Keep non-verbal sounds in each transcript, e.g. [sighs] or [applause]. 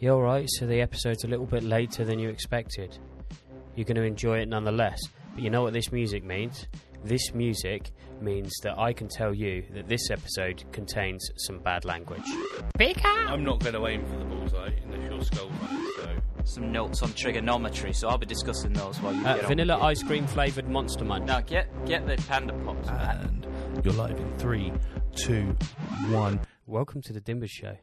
You're right, so the episode's a little bit later than you expected. You're going to enjoy it nonetheless. But you know what this music means? This music means that I can tell you that this episode contains some bad language. I'm not going to aim for the bullseye unless you're skull running, so. Some notes on trigonometry, so I'll be discussing those while you Uh, get on. vanilla ice cream flavoured Monster Munch. Now get get the panda pops. Uh-huh. And you're live in three, two, one. Welcome to the Dimbers Show.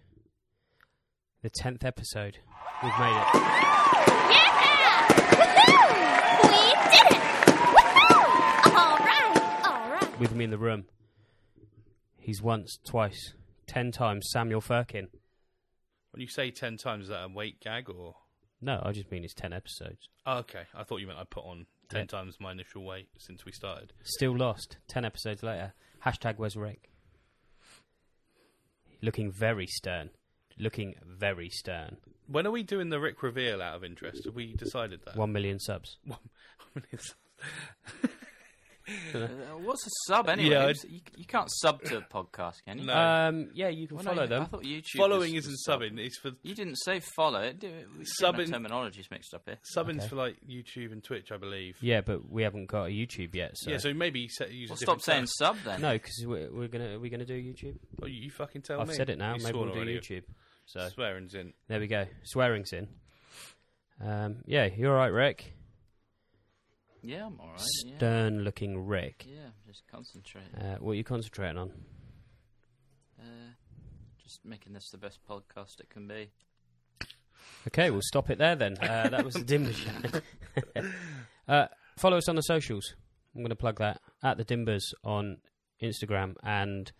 The 10th episode. We've made it. Yeah! Woohoo! We did it! Woohoo! All right, all right. With me in the room. He's once, twice, ten times Samuel Firkin. When you say 10 times, is that a weight gag or. No, I just mean it's 10 episodes. Oh, okay, I thought you meant I put on 10 Yeah. times my initial weight since we started. Still lost. Ten episodes later. Hashtag where's Rick? Looking very stern. Looking very stern. When are we doing the Rick reveal out of interest? Have we decided that? [laughs] One million subs. Uh, What's a sub anyway? Yeah, I'd- you, you can't sub to a podcast, can you? No. Um, yeah, you can Well, no, follow you- I them. thought YouTube Following was- isn't subbing, it's for. You didn't say follow. It. Subbing Subbing- terminology's mixed up here. Subbing's Okay. for like YouTube and Twitch, I believe. Yeah, but we haven't got a YouTube yet. So, Yeah, so maybe set, use Well, a stop different saying term. sub then. no, because we're, we're gonna are we gonna do YouTube? Oh, you fucking tell I've me. said it now. You Maybe sworn we'll do already. YouTube. So Swearing's in. there we go. Swearing's in. Um, yeah, you're all right, Rick. Yeah, I'm alright. Yeah. Stern looking Rick. yeah, just concentrate. Uh, what are you concentrating on? Uh, just making this the best podcast it can be. Okay, we'll stop it there then. Uh, that was the Dimber Show. [laughs] uh, follow us on the socials. I'm going to plug that at the Dimbers on Instagram and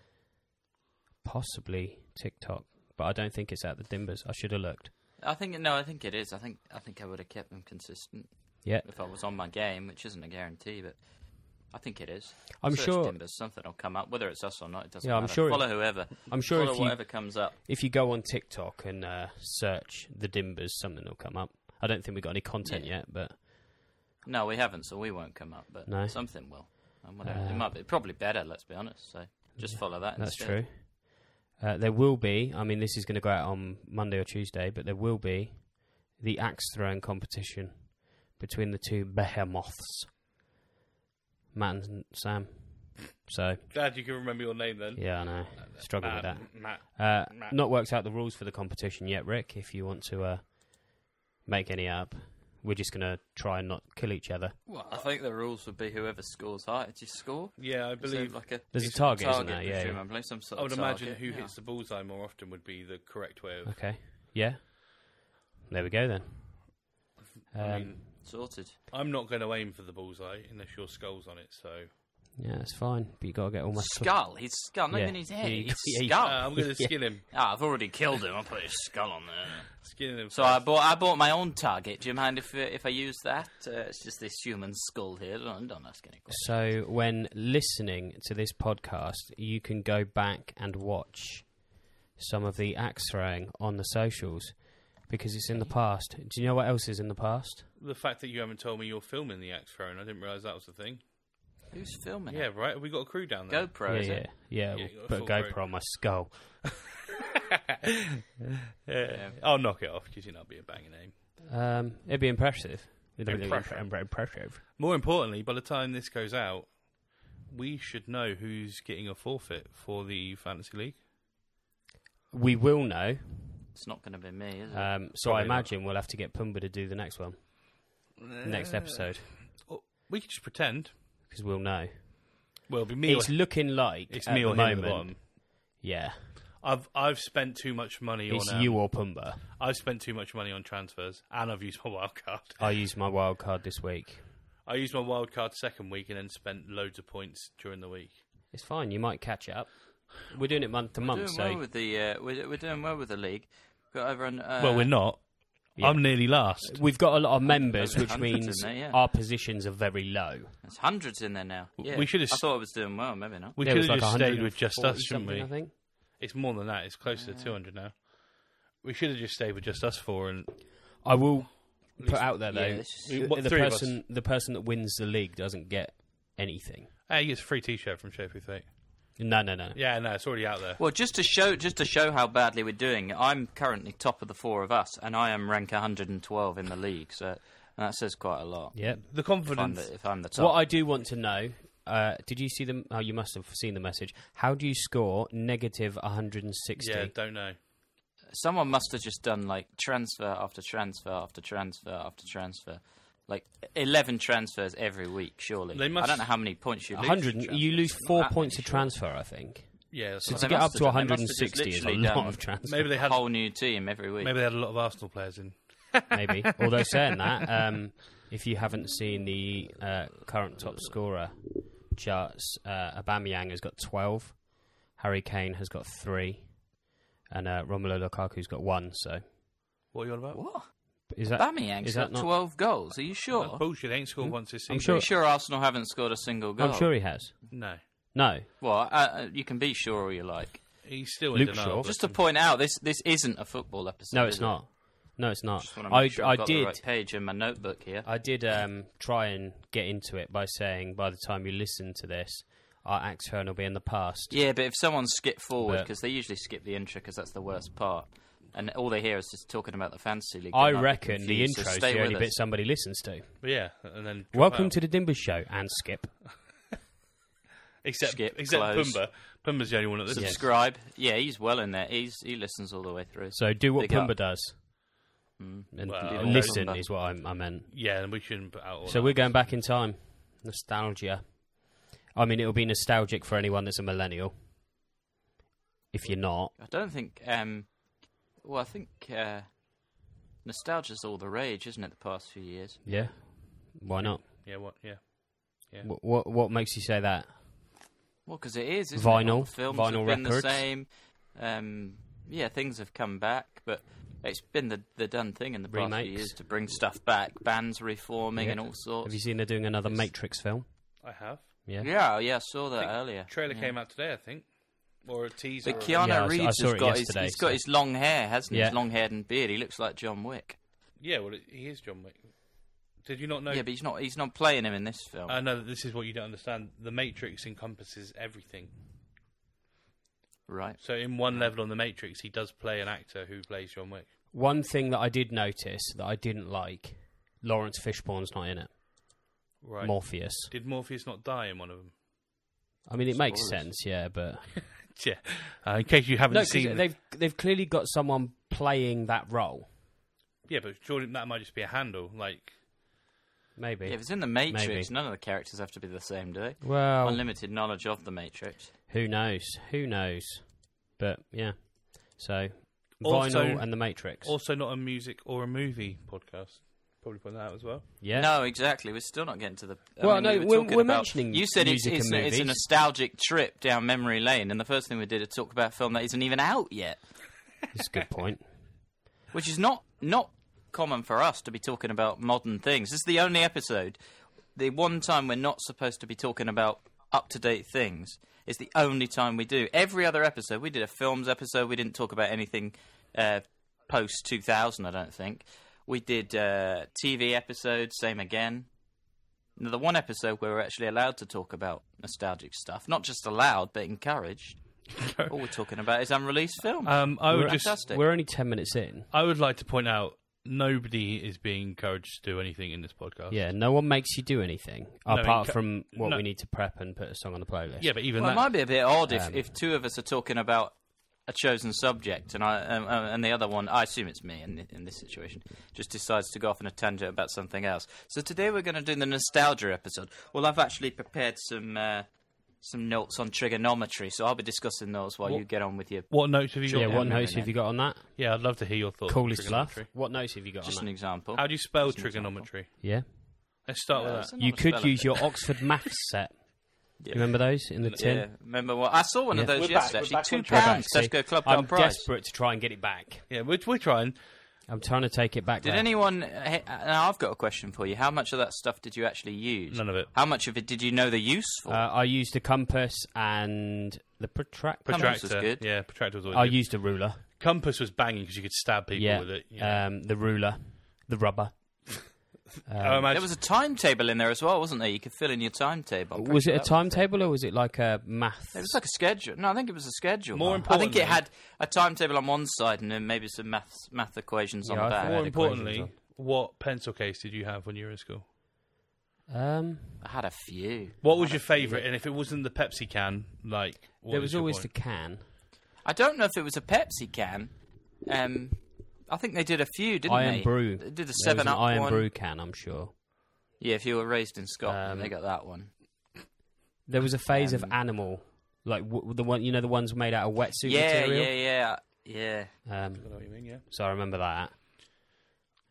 possibly TikTok, but I don't think it's at the Dimbers. I should have looked. I think no, I think it is. I think I think I would have kept them consistent Yeah, if I was on my game, which isn't a guarantee, but I think it is. I'm Search sure. Timbers, something will come up, whether it's us or not. It doesn't Yeah, I'm matter. sure it- Follow whoever. I'm sure Follow if you- whatever comes up. If you go on TikTok and uh, search the Dimbers, something will come up. I don't think we got any content Yeah. yet, but No, we haven't, so we won't come up, but No. something will. And whatever. Uh, it might be probably better. Let's be honest. So just follow that. That's instead. true. Uh, there will be, I mean, this is going to go out on Monday or Tuesday, but there will be the axe throwing competition between the two behemoths, Matt and Sam. So, Glad you can remember your name then. yeah, I know. Struggle with that. Um, Matt. Uh, Matt. not worked out the rules for the competition yet, Rick, if you want to uh, make any up. We're just going to try and not kill each other. Well, I think the rules would be whoever scores higher. Did you score? Yeah, I Is there believe. like a There's a it's target, isn't target there? Yeah, yeah. presumably, some sort I would of imagine target, who yeah. hits the bullseye more often would be the correct way of. Okay. Yeah. There we go then. I Um, mean, sorted. I'm not going to aim for the bullseye unless your skull's on it. So yeah, that's fine. But you got to get all my Skull. He's skull. Not Yeah. even his head. [laughs] Yeah, you He's got- Oh. [laughs] yeah, you- uh, I'm going to skull. skin him. Ah, I've already killed him. I put his skull on there. Skin him. So I bought I bought my own target. Do you mind if uh, if I use that? Uh, it's just this human skull here. Don't, don't ask any questions. So, when listening to this podcast, you can go back and watch some of the axe throwing on the socials because it's in the past. Do you know what else is in the past? the fact that you haven't told me you're filming the axe throwing, I didn't realise that was the thing. Who's filming? Yeah, it? right. Have we got a crew down there? GoPro. yeah, is yeah, it? yeah. Yeah, we'll you got a put a full GoPro group. on my skull. Yeah. I'll knock it off because you're not being a banging aim. Um, it'd be impressive. It'd be Impressive. impre- impressive. More importantly, by the time this goes out, we should know who's getting a forfeit for the fantasy league. We will know. It's not going to be me, is it? Um, so I Probably not. imagine we'll have to get Pumba to do the next one, next Uh, episode, Or Oh, we could just pretend. because we'll know. Well, it'll be me. It's or, looking like it's at me the or him at the moment. bottom. yeah, I've I've spent too much money it's on. um, you or Pumba. I've spent too much money on transfers, and I've used my [laughs] wild card. I used my wild card this week. I used my wild card second week, and then spent loads of points during the week. It's fine. You might catch up. We're doing it month to month, doing so well with the uh, we're, we're doing well with the league. Got over an, uh, well, we're not. yeah. I'm nearly last. we've got a lot of members, Over which hundreds, means isn't it? Yeah. our positions are very low. There's hundreds in there now. Yeah. we should have I s- thought I was doing well. Maybe not. We There could was have like just stayed with just 140 us, shouldn't something, we? I think. It's more than that. It's closer to 200 now. We should have just stayed with just us four, and I will put out there though: yeah, this is- th- What, the three of us? person, the person that wins the league doesn't get anything. hey, it's a free T-shirt from Shape Who Think. No, no, no. Yeah, no, it's already out there. Well, just to show just to show how badly we're doing, I'm currently top of the four of us, and I am rank 112 in the league. So that says quite a lot. Yep. The If I'm confidence. the, if I'm the top, What I do want to know, uh, did you see them? Oh, you must have seen the message. How do you score negative 160? Yeah, don't know. someone must have just done like transfer after transfer after transfer after transfer, like 11 transfers every week. Surely They must- I don't know how many points you lose. 100. from You lose transfers. Not four that points a many, transfer, I think. Yeah, that's So right. to they get up must to have done- they must have 160 is a literally lot done- of transfer. maybe they surely. had Whole new team every week. maybe they had a lot of Arsenal players in. maybe. Although [laughs] saying that, um, if you haven't seen the uh, current top scorer charts, uh, Aubameyang has got twelve, Harry Kane has got three, and uh, Romelu Lukaku's got one. So What are you on about? What? is that Bamiyang's is that got not- 12 goals. Are you That's sure? bullshit. They ain't Hmm? scored once this season. I'm Are you sure Arsenal haven't scored a single goal? I'm sure he has. No, No, Well, uh, uh, you can be sure all you like. he's still Luke in denial. Shaw. but- Just to point out, this this isn't a football episode. no, is it's it? not. No, it's not. Just wanna make I sure I I've got the did right page in my notebook here. I did um, try and get into it by saying by the time you listen to this, our axe turn will be in the past. Yeah, but if someone skipped forward, But- because they usually skip the intro, because that's the worst part, and all they hear is just talking about the fantasy league. I they might be reckon the confused, so intro is stay the only with bit us. somebody listens to. but yeah, and then drop Welcome out. to the Dimbers Show and Skip. except Skip, except close. Pumba. Pumba's the only one that listens. Subscribe. Yeah, he's well in there. He's he listens all the way through. So do what Big up. Pumba does. And Well, l- okay. listen Pumba. is what I, I meant. Yeah, and we shouldn't put out. All So that. we're going back in time. Nostalgia. I mean, it'll be nostalgic for anyone that's a millennial. If you're not, I don't think. Um, well, I think uh, nostalgia's all the rage, isn't it? The past few years. yeah, why not? Yeah, what? Yeah, What what, what makes you say that? Well, because it is isn't It? Vinyl, All the films vinyl have been records. the same. Um, yeah, things have come back, but it's been the the done thing in the past few Remakes. years to bring stuff back, bands reforming Yeah. and all sorts. Have you seen they're doing another Matrix film? I have. Yeah, Yeah, oh, yeah, I saw that I think earlier. Trailer yeah. came out today, I think, or a teaser. But or- Keanu Yeah, I s- I Reeves saw has it got his, yesterday, he's so- got his long hair, hasn't he? Yeah. His long hair and beard. He looks like John Wick. yeah, well, it- he is John Wick. Did you not know? Yeah, but he's not he's not playing him in this film. I know that this is what you don't understand. The Matrix encompasses everything. right. So in one level on the Matrix, he does play an actor who plays John Wick. One thing that I did notice that I didn't like, Lawrence Fishburne's not in it. Right. Morpheus. Did Morpheus not die in one of them? [laughs] I mean, it makes Spoilers. sense, yeah, but Yeah. Uh, in case you haven't no, 'cause seen, they've they've clearly got someone playing that role. yeah, but surely that might just be a handle. Like, Maybe. Yeah, if it's in the Matrix, Maybe. Oh. none of the characters have to be the same, do they? well, Unlimited knowledge of the Matrix. who knows? Who knows? But yeah, so Also- vinyl and the Matrix. also not a music or a movie podcast. Probably point that out as well. yeah, No, exactly. We're still not getting to the. I Well, mean, no, we were we're- talking we're about- mentioning You said it's, music it's, and a, it's a movies. nostalgic trip down memory lane, and the first thing we did is talk about a film that isn't even out yet, that's a good point. [laughs] which is not not common for us to be talking about modern things. This is the only episode, the one time we're not supposed to be talking about up to date things. It's the only time we do. Every other episode, we did a films episode. We didn't talk about anything uh, post two thousand. I don't think we did uh, TV episodes. Same again. Now, the one episode where we're actually allowed to talk about nostalgic stuff, not just allowed but encouraged. All we're talking about is unreleased films. Um, I We're, would just, Fantastic. we're only ten minutes in. I would like to point out, nobody is being encouraged to do anything in this podcast. Yeah, no one makes you do anything apart enco- from what no. we need to prep and put a song on the playlist. Yeah, but even Well, it that, might be a bit odd if, Um, if two of us are talking about a chosen subject, and I um, um, and the other one, I assume it's me in, in this situation, just decides to go off on a tangent about something else. So today we're going to do the nostalgia episode. Well, I've actually prepared some uh, some notes on trigonometry, so I'll be discussing those while you get on with your. what notes have you got? yeah. What Yeah, notes maybe have you got on that? Yeah, I'd love to hear your thoughts. on Coolest stuff. trigonometry. What notes have you got Just on an that? example. How do you spell trigonometry? Yeah, Let's start Yeah, with it's that. another you could spelling use bit. your Oxford maths [laughs] set. Do you remember those in the tin? Yeah, remember what I saw one Yeah. of those We're yesterday. back- we're actually, two back on track. pounds. See, Tesco Club I'm Card Prize. desperate to try and get it back. Yeah, we're, we're trying. I'm trying to take it back. Did though. anyone? eh, Now I've got a question for you. How much of that stuff did you actually use? None of it. How much of it did you know the use for? Uh, I used a compass and the protractor. Protract- Compass was Protractor. good. Yeah, protractor was always I good. used a ruler. uh, Compass was banging because you could stab people yeah. with it. Yeah. Um, the ruler, the rubber, I There imagine was a timetable in there as well, wasn't there? You could fill in your timetable. I'm pretty Uh, was sure it a that was- timetable or was it like a math? It was like a schedule. No, I think it was a schedule. More I think importantly- it had a timetable on one side and then maybe some maths, math equations Yeah, I on that. thought- more had equations importantly, on. what pencil case did you have when you were in school? Um, I had a few. What was your favourite? And if it wasn't the Pepsi can, like what there was your always point? the can. I don't know if it was a Pepsi can. Um, I think they did a few, didn't Iron they? Brew. They did a There was Seven an Up Iron one. Brew can, I'm sure. Yeah, if you were raised in Scotland, Um, they got that one. There was a phase of animal, like w- the one you know, the ones made out of wetsuit Yeah, material. yeah, yeah, yeah. Um, I know what you mean, yeah. so I remember that.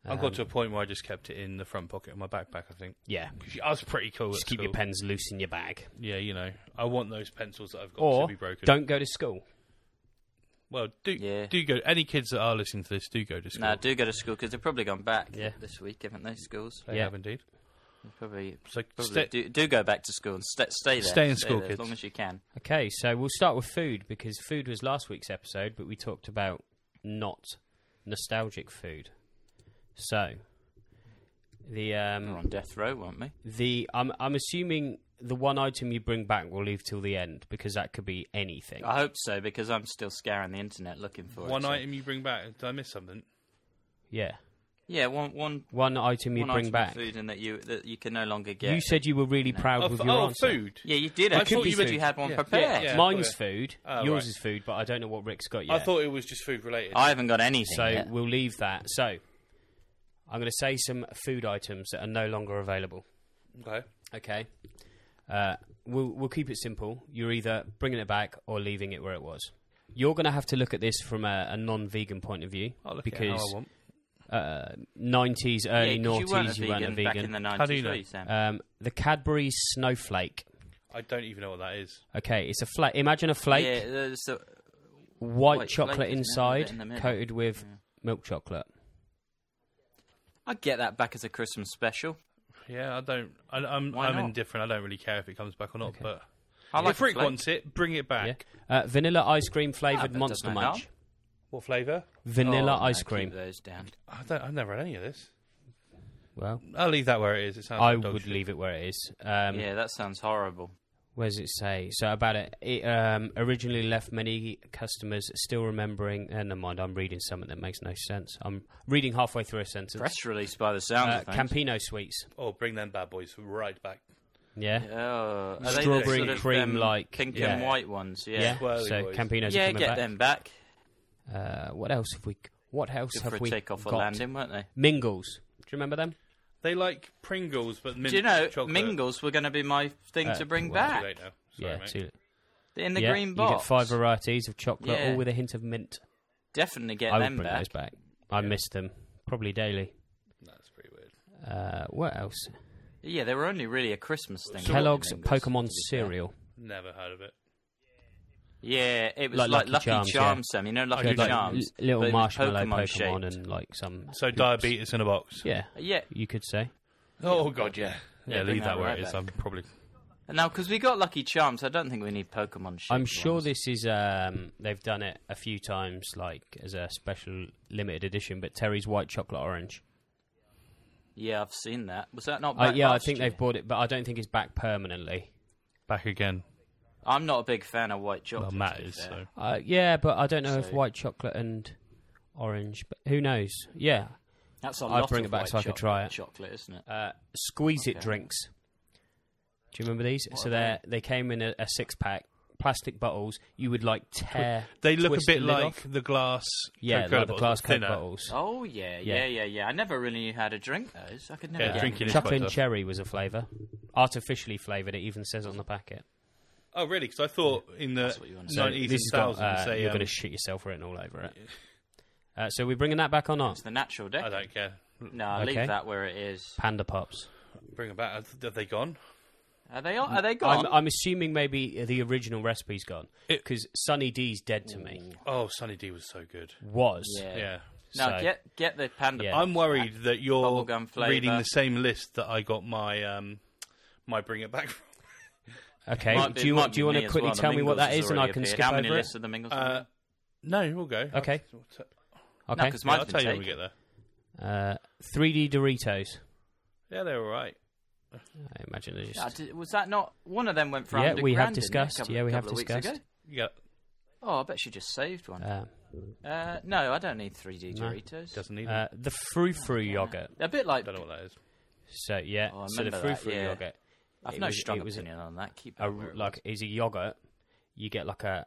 I got to a point where I just kept it in the front pocket of my backpack. I think Yeah, 'Cause I was pretty cool. just at keep your school. pens loose in your bag, Yeah, you know, I want those pencils that I've got or to be broken. don't go to school. Well, do Yeah. do go. Any kids that are listening to this, do go to school. No, I do go to school because they've probably gone back Yeah. this week, haven't they? Schools They Yeah. have indeed. They probably, So probably stay- do, do go back to school and sta stay there. Stay in school, there kids. as long as you can. Okay, so we'll start with food because food was last week's episode, but we talked about not nostalgic food. So the um, We We're on death row, weren't we? the I'm I'm assuming the one item you bring back will leave till the end because that could be anything. I hope so because I'm still scouring the internet looking for it, One so- item you bring back. Did I miss something? yeah, Yeah, one one one item you one bring item of back. food and that you that you can no longer get. You said you were really proud Oh, with f- your oh, answer. food. yeah, you did. I actually. thought you you said meant- you had one yeah, prepared. yeah. Mine's okay. food. Oh, yours right. is food, but I don't know what Rick's got yet. I thought it was just food related. I haven't got anything. so yet. we'll leave that. So I'm going to say some food items that are no longer available. okay. Okay. Uh, we'll we'll keep it simple. You're either bringing it back or leaving it where it was. You're going to have to look at this from a, a non-vegan point of view Oh, I'll look at it how because I want. uh, 90s, Yeah, early 'cause noughties, you weren't a vegan, back in the How do you 90s, know? were you, Sam? um, the Cadbury Snowflake. I don't even know what that is. Okay, it's a flake. Imagine a flake, yeah, there's the- white, white chocolate flake, isn't it, with inside, it in the middle? coated with milk chocolate. I'd get that back as a Christmas special. Yeah, I don't. I, I'm Why I'm not? indifferent. I don't really care if it comes back or not. But I like if Rick the flake. wants it, bring it back. Yeah. Uh, vanilla ice cream Ah, flavored that Monster doesn't Munch. What flavour? Vanilla Oh, no, ice keep cream. those down. I don't. I've never had any of this. Well, I'll leave that where it is. It sounds. I like dog would shit. leave it where it is. Um, Oh, yeah, that sounds horrible. Where does it say? So about it, it um, originally left many customers still remembering. Uh, never mind, I'm reading something that makes no sense. I'm reading halfway through a sentence. Press release by the sound Uh, of things. Campino sweets. Oh, bring them bad boys right back. Yeah. Oh, are they the Strawberry sort of, cream um, like- pink Yeah. and white ones. Yeah, Yeah, Swirly so boys. Campinos yeah, are get coming them back. back. Uh, what else have we? What else Good have for a we takeoff or got? landing, weren't they? Mingles. Do you remember them? They like Pringles, but mint Do you know chocolate. Mingles were going to be my thing Uh, to bring well, Too back late now. Sorry, yeah, mate. two- in the yeah, green You box? get five varieties of chocolate, Yeah. all with a hint of mint. Definitely get I would them bring back. those back. I miss them probably daily. That's pretty weird. Uh, what else? Yeah, they were only really a Christmas thing. weren't they, Kellogg's Mingles, Pokemon to be fair? cereal. Never heard of it. Yeah, it was Like like, Lucky Charms, Lucky, Charms, yeah. Oh, Sam. You know I Lucky do They're like Charms, l- little but it was marshmallow Pokemon, Pokemon-shaped. and like some. So hoops. diabetes in a box. Yeah, Yeah, you could say. Oh god, yeah. Yeah, Yeah, bring leave that that where right it is. back. I'm probably. Now, because we got Lucky Charms, I don't think we need Pokemon. I'm sure this is. Um, they've done it a few times, like as a special limited edition. But Terry's white chocolate orange. Yeah, I've seen that. Was that not? Uh, back yeah, I last think year? they've bought it, but I don't think it's back permanently. Back again. I'm not a big fan of white chocolate. Well, Matt to be is. fair. So. Uh, yeah, but I don't know if So- white chocolate and orange. But who knows? Yeah, That's a I'll lot bring of it back white so I could try chocolate- it. Chocolate, isn't it? uh, squeeze it Okay. drinks. Do you remember these? so are they they came in a, a six pack, plastic bottles. You would like tear. They look a twist the bit lid like off. the glass. yeah, Coca-Cola like the bottles, glass but coke thinner. bottles. Oh yeah, Yeah. yeah, yeah, yeah. I never really knew how to drink those. I could never. Yeah, get drinking them. is Chocolate quite and tough. cherry was a flavour. Artificially flavoured, it even says on the packet. Oh, really? Because I thought in the what you wanna say. So nineties this and has got, thousands, uh, they, you're um, going to shoot yourself written all over it. Uh, so we're bringing that back or not? It's the natural I deck. don't care. No, I'll Okay. leave that where it is. Panda Pops. Bring them back. Have they gone? Are they? Are they I'm, gone? I'm assuming maybe the original recipe's gone It- because Sunny D's dead to me. Oh, Sunny D was so good. Was yeah. Yeah. No, So- get get the panda. Yeah. pop. I'm worried that you're Bubblegum flavour. reading the same list that I got my um my bring it back. From. okay. Might be- do you might want? Do you be want me to as quickly well. The tell me what Mingles that has is, and I already can appeared. skip How over many it? lists of the Mingles? Uh, no, we'll go. Okay. I'll, Okay. no, because I'll mine's tell been you when we taken. get there. Uh, 3D Doritos. Yeah, they're all right. I imagine they just. Ah, did- was that not one of them went for? Yeah, 100 we have grand, didn't it, a discussed. couple- Yeah, we couple have of weeks ago? discussed. You got Oh, I bet she just saved one. um, Uh, no, I don't need 3D No, Doritos. doesn't need. uh, them. the frou frou yogurt. A bit like Don't know what that is. So yeah, Oh, I so the remember frou that, frou yeah. yogurt. I've it no was- strong it was a- opinion on that. Keep a, it where it like is a yogurt. You get like a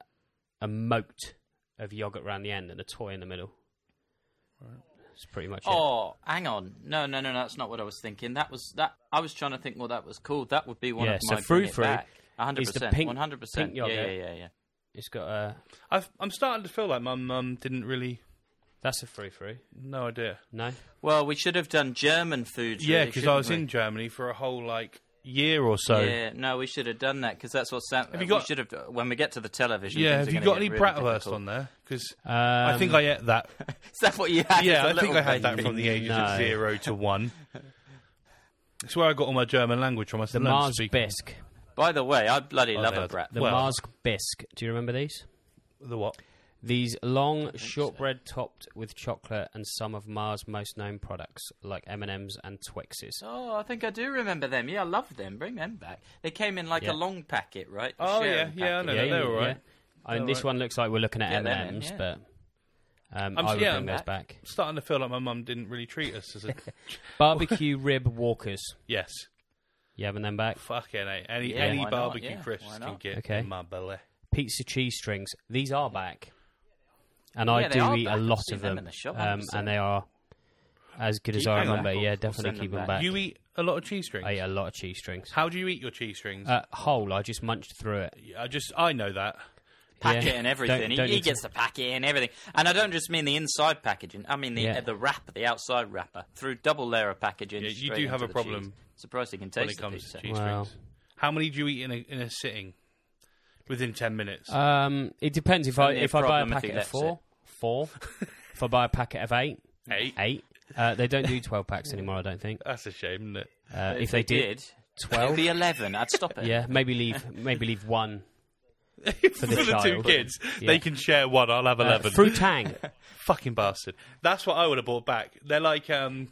a moat of yogurt around the end and a toy in the middle. It's pretty much was. Oh, hang on. No, no, no, no, that's not what I was thinking. That was that. I was trying to think what that was called. That would be one Yeah, of so my bring it frou-frou back. is the 100%. pink- 100%. pink yeah, yeah, yogurt. yeah, yeah. it. It's got a I've, I'm starting to feel like my mum didn't really. that's a frou frou. No idea. No, Well, we should have done German foods. Yeah, really, because I was shouldn't we? in Germany for a whole like year or so. Yeah, no, we should have done that because that's what Sam. Have you we got- should have when we get to the television. Yeah, have things are you gonna got get any really Bratwurst difficult. on there? Because um, I think I ate [laughs] that. Is that what you had? as yeah, a I think little I had that baby? from the ages No. of zero to one. It's where I got all my German language from. I the said, Mars speak bisque. By the way, I bloody love yeah, a brat. The Well- Mars bisque. Do you remember these? the what? These long shortbread topped with chocolate and some of Mars' most known products like M and M's and Twixes. Oh, I think I do remember them. Yeah, I love them. Bring them back. They came in like Yeah. a long packet, right? A Oh, sharing yeah, yeah, I packet. know. Yeah, they're all right. And They're this all right. one looks like we're looking at Yeah, M they're and M's, in, yeah. but um, I'm I s- would yeah, bring I'm those back. back. [laughs] I'm starting to feel like my mum didn't really treat us [laughs] as a Barbecue rib walkers. yes. You having them back? Fucking eh? any Yeah, any why not? barbecue Yeah, crisps why can not? get Okay. in my belly. Pizza cheese strings. These are back, and Yeah, I they do are eat back. a I've lot seen of them them, in the shop, um, 100%. and they are as good as Keep I them remember. back. Yeah, We'll definitely send keep them them back. back. You eat a lot of cheese strings. I eat a lot of cheese strings. How do you eat your cheese strings? Uh, whole, I just munched through it. I just I know that. Packet Yeah. and everything. Don't- He- don't he need to- gets the packet and everything. And I don't just mean the inside packaging. I mean the Yeah. uh, the wrapper, the outside wrapper, through double layer of packaging. Yeah, you straight do into have a the problem cheese. Surprised he can taste When it the comes pizza. to cheese Wow. strings, how many do you eat in a in a sitting? Within ten minutes. Um, it depends if I Only a if I buy a problem if he packet of lets four, four. [laughs] if I buy a packet of eight, Eight. eight. Uh, they don't do twelve packs anymore. I don't think. That's a shame, isn't it? Uh, if, they, did, [laughs] it'd twelve, be eleven. I'd stop [laughs] it. yeah, maybe leave maybe leave one. [laughs] For the the, two child. kids, Yeah. they can share one. I'll have Uh, eleven. [laughs] Fruitang. Fucking bastard. That's what I would have bought back. They're like um,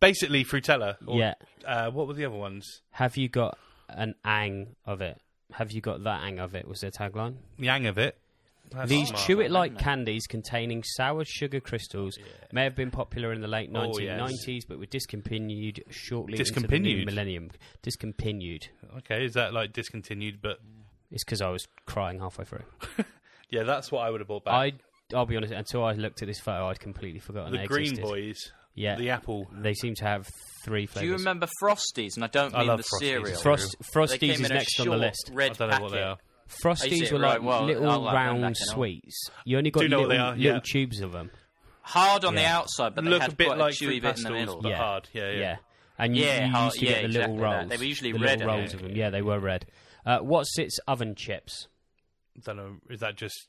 basically Frutella. Or, yeah. Uh, what were the other ones? Have you got an ang of it? Have you got that ang of it? Was their tagline? Yang of it. That's These smart. chew it like candies containing sour sugar crystals may have been popular in the late Oh, 1990s, but were discontinued shortly into the new Discontinued? millennium. Discontinued. Okay, is that like discontinued? But It's because I was crying halfway through. yeah, that's what I would have bought back. I, I'll be honest. Until I looked at this photo, I'd completely forgotten the they Green existed. Boys. Yeah. The apple. They seem to have three flavors. Do you remember Frosties? And I don't I mean love the Frosties. cereal. Frost, They came Frosties is in a next on the short list. I Red don't know packet. what they are. Frosties it were like right, well, I'll little have them back round and I'll- sweets. You only got Do know little, what they are, little yeah. tubes of them. Hard on the Yeah. outside, but they Look had a bit quite like a chewy fruit bit in the pastels, middle. but Yeah. hard. Yeah, yeah. Yeah. And you, Yeah, you how- used to yeah, get the little exactly that. rolls. They were usually the red, Little I rolls think. of them. Yeah, they were red. Uh, what's its oven chips? Don't know. Is that just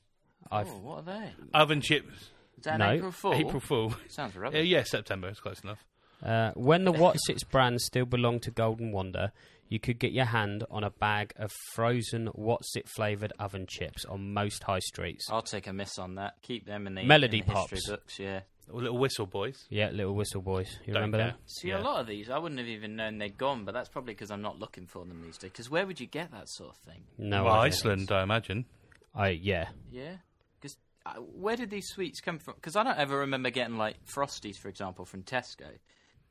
I've, Oh, what are they? oven chips? Is that an No, April Fool? April Fool. [laughs] Sounds yeah, rubbish. yeah, September. It's close enough. Oh. uh, when [laughs] the Watsits brand still belonged to Golden Wonder, you could get your hand on a bag of frozen Watsit flavoured oven chips on most high streets. I'll take a miss on that. Keep them in the Melody in the history Pops. books. Yeah. Or little whistle boys. Yeah, little whistle boys. You Don't remember care. them? See, Yeah. a lot of these I wouldn't have even known they'd gone, but that's probably because I'm not looking for them these days. Because where would you get that sort of thing? No, well, idea. Iceland, I imagine. I yeah. Yeah. Because where did these sweets come from? Because I don't ever remember getting like Frosties, for example, from Tesco.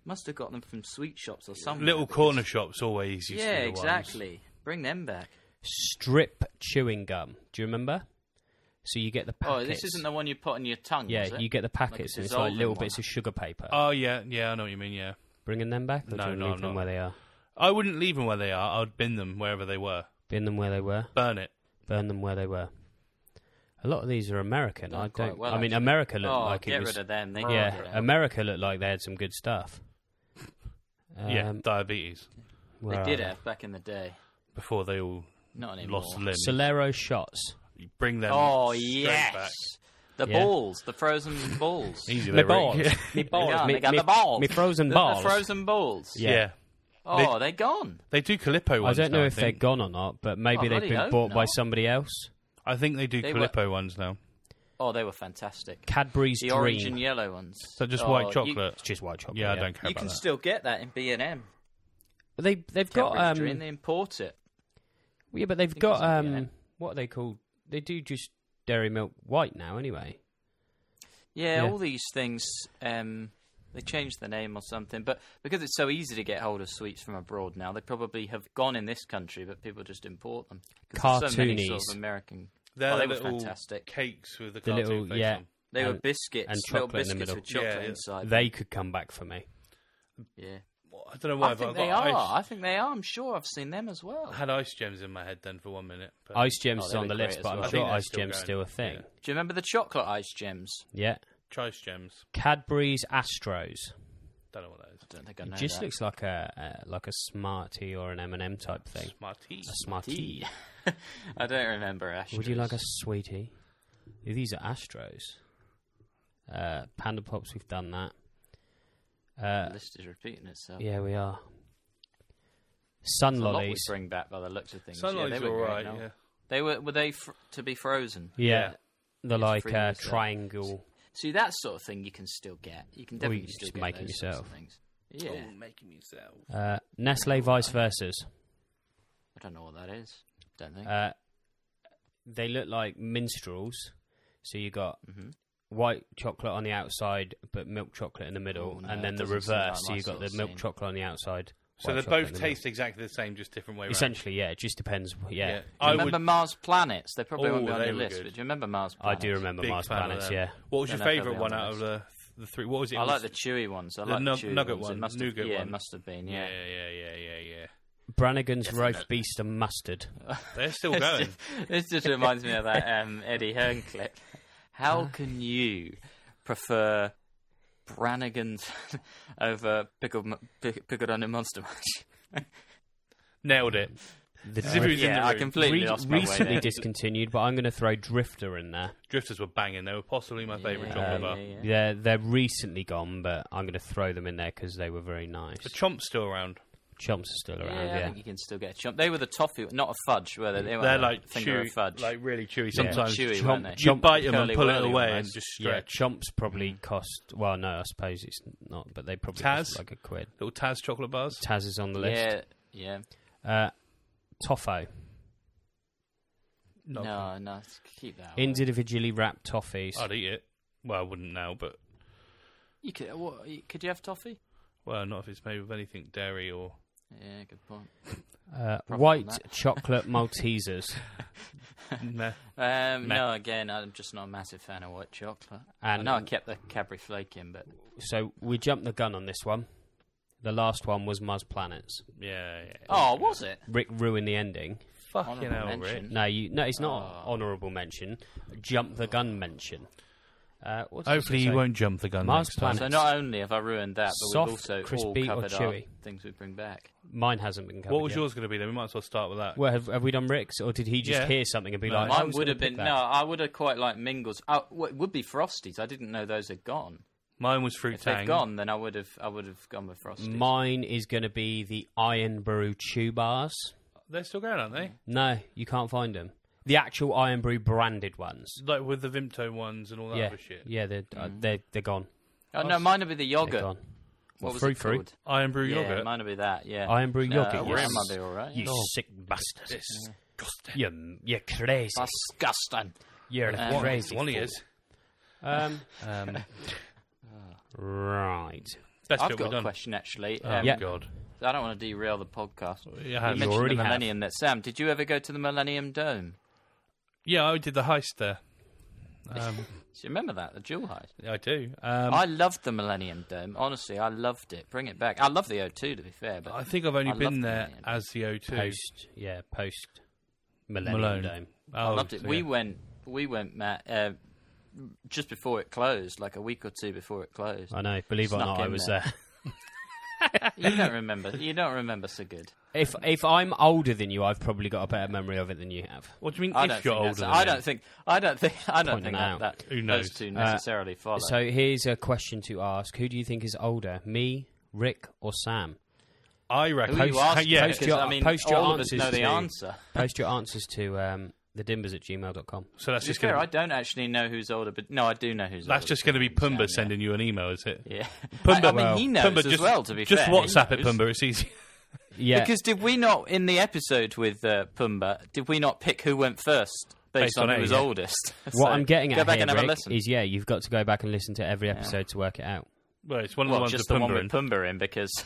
Must have got them from sweet shops or something. Little corner shops always used to Yeah, be the ones. exactly. Bring them back. Strip chewing gum. Do you remember? So you get the Oh, packets. this isn't the one you put on your tongue. Yeah, was it? you get the packets, and it's like dissolving little one. bits of sugar paper. Oh yeah, yeah, I know what you mean. Yeah, Bringing them back, or No, do you no, leave I'm them not. where they are? I wouldn't leave them where they are. I'd bin them wherever they were. Bin them where they were. Burn it. burn them where they were. A lot of these are American. Done I Oh, quite don't. well, I mean, actually. America looked Oh, like get it was. rid of them. They yeah, can't get out. America looked like they had some good stuff. yeah, Um, diabetes. where they did are have back in the day. Before they all Not anymore. lost limbs. Solero shots. Bring them. Oh straight yes, back. the Yeah. balls, the frozen [laughs] balls. Easy Me there, Rick. [laughs] balls. Me balls. Yeah, Oh, me, Ah, they got me- the balls. Me frozen the, balls. The frozen balls. Yeah. Yeah. Oh, they, are gone. they do Calippo I ones. don't know now, if they're think. gone or not, but Oh, maybe they've bloody been hope bought by not. somebody else. I think they do They were- Calippo ones now. Oh, they were fantastic. Cadbury's the Dream. orange and yellow ones. So just Oh, white you- chocolate. It's just white chocolate. yeah, I don't care You, about can that. still get that in B and M. They they've got Got, um and they import it. yeah, but they've think got there's something in um it. what are they called? They do just dairy milk white now anyway. Yeah, Yeah. all these things. Um, they changed the name or something, but because it's so easy to get hold of sweets from abroad now, they probably have gone in this country, but people just import them. 'Cause there's So many sort Cartoonies. of American. They're oh, the they were little fantastic. cakes with the, The cartoon little face yeah. on. They were and biscuits, and little chocolate in the biscuits middle. with chocolate Yeah, yeah. inside. They could come back for me. yeah, Well, I don't know why, I think but they I've got are. Ice, I think they are. I'm sure I've seen them as well. I had ice gems in my head then for one minute. But Ice gems Oh, is they'd on be the great list, as but I'm well. I sure think they're ice still gems going. still a thing. Do you remember the chocolate ice gems? Yeah. Choice gems. Cadbury's Astros. Don't know what that is. I don't think I It know. just that. looks like a uh, like a Smartie or an M and m type thing. Smarties. A Smartie. I don't remember. Ash. Would you like a sweetie? Yeah, These are Astros. Uh, Panda Pops, we've done that. The Uh, list is repeating itself. yeah, we are. Sun There's a lot we lollies. bring back by the looks of things. yeah, Sunlight's they were all right. great, no? Yeah. They were were they fr- to be frozen? Yeah. Yeah. They're It's like free uh, dessert. triangle. See that sort of thing you can still get. You can Well, you definitely can still just get make 'em those sorts of yourself. things. Yeah, Ooh, making yourself. Uh, Nestle vice versas. I don't know what that is. Don't think. Uh, they look like minstrels. So you got Mhm. white chocolate on the outside, but milk chocolate in the middle, Oh, no, and then it the doesn't sound like reverse. so my you got sort the of milk scene. chocolate on the outside. So white they chocolate both in the middle. taste exactly the same, just different way around. Essentially, yeah. It just depends. Yeah, Yeah. do you I would- remember Mars planets? They probably Oh, won't be on they your were list, good. but do you remember Mars I planets? do remember Big Mars fan of Planets. them. Yeah, What was your Don't know if favourite they'll be one on out of the the, the three? What was it? It I was- like the chewy ones. I the like nug- the chewy nugget ones. It one, must have, nougat yeah, one. it must have been. Yeah, Yeah. yeah, yeah, yeah, yeah. Brannigan's roast beast and mustard. They're [laughs] still going. This just- this just reminds me of that um, Eddie Hearn clip. How can you prefer Brannigan's [laughs] over pickled Mo- Pic- pickled onion monster [laughs] mash? Nailed it. The As if it Drift- was in the yeah, I room. completely re- lost my way recently there. discontinued, but I'm going to throw Drifter in there. Drifters were banging. They were possibly my favourite Yeah, chocolate Um, bar. yeah. They're they're recently gone, but I'm going to throw them in there because they were very nice. The chomp's still around. Chomps are still around. I Yeah, think you can still get a chomp. They were the toffee, not a fudge, were they? they were They're a like finger chewy, of fudge. like really chewy. Yeah. Sometimes Chewy, you weren't they? you Chomp- bite them curly and pull it whirly away and almost. just yeah. stretch. Chomps probably cost. Well, no, I suppose it's not, but they probably Mm. Taz? cost like a quid. Little Taz chocolate bars. Taz is on the list. yeah, yeah. Uh, Toffo. Not No, no, keep that. away. Individually wrapped toffees. I'd eat it. Well, I wouldn't now, but You could, what, you- could you have toffee? well, not if it's made with anything dairy or [laughs] Yeah, good point. Uh, on white that. [laughs] chocolate Maltesers Nah. Um, no, again, I'm just not a massive fan of white chocolate. and I know I kept the Cadbury flake in, but So we jumped the gun on this one. The last one was Muzz Planets. Yeah, yeah. oh, was it? Rick ruined the ending. fucking honourable hell, mention. Rick. No, you, no, it's Ah. not honourable mention. Jump the gun mention. Uh, what does it Hopefully, say? you won't jump the gun. Mars next time. planet. So not only have I ruined that, but Soft, we've also crispy, or all covered chewy? our things we bring back. Mine hasn't been covered. What was yet. yours going to be? Then we might as well start with that. Well, have, have we done Rick's, or did he just Yeah. hear something and be No. like, I Mine "I'm just would gonna have been pick no. that"? I would have quite liked Mingles. Oh, w- it would be Frosties. I didn't know those had gone. Mine was fruit If tang. they'd gone, then I would have. I would have gone with Frosties. Mine is going to be the Iron Brew Chew Bars. They're still going, aren't they? No, you can't find them. The actual Iron Brew branded ones. Like with the Vimto ones and all that yeah, other shit. yeah, they're uh, they're they're gone. oh no, mine would be the They're yogurt. gone. What was Frou it frou. called? Iron brew Yeah, yogurt. mine would be that. Yeah, Iron brew No, yogurt, well, yes. that might be all right. You yeah. Oh, sick bastard! You you're crazy. Disgusting. You're Um, a crazy. One fool. is. [laughs] Um, [laughs] Um, right. that's I've what got we've a done. question actually. Oh Um, Uh, Yeah. God! I don't want to derail the podcast. It You has- mentioned already the have. Millennium that Sam. Did you ever go to the Millennium Dome? Yeah, I did the heist there. Um, Do you remember that the jewel heist? I do. Um, I loved the Millennium Dome. Honestly, I loved it. Bring it back. I love the O2 to be fair, but I think I've only I been loved there Millennium. as the O2. Post, yeah, post Millennium Malone. Dome. Oh, I loved it. so We yeah. went, we went, Matt, uh, just before it closed, like a week or two before it closed. I know. Believe it or Snuck not, I in was there. there. [laughs] You don't remember. You don't remember so good. If if I'm older than you, I've probably got a better memory of it than you have. What do you mean? I if don't you're think. older, That's, than I me? don't think. I don't think. I don't Pointing think out. that, that Who knows? those two necessarily follow. So here's a question to ask: Who do you think is older, me, Rick, or Sam? I reckon. Who you ask? yeah, post because, your- I mean, post your all of us answers know the to- answer. Post your answers to um, thedimbers at gmail.com. so that's To be just going fair, I to don't actually know who's older, but no, I do know who's. that's older. just going to be Pumba yeah. sending you an email, is it? [laughs] Yeah, I, I Pumba, mean, he knows Pumba, as just, well. To be just fair, He WhatsApp it, knows. Pumba. It's easy. Yeah, Because did we not in the episode with uh, Pumba? Did we not pick who went first based, Based on, on who it, was yeah. oldest? [laughs] what I'm getting go at back here, and have a Rick, listen. is yeah, you've got to go back and listen to every episode to work it out. Well, it's one of well, the ones just with the one Pumba with in. Pumba in because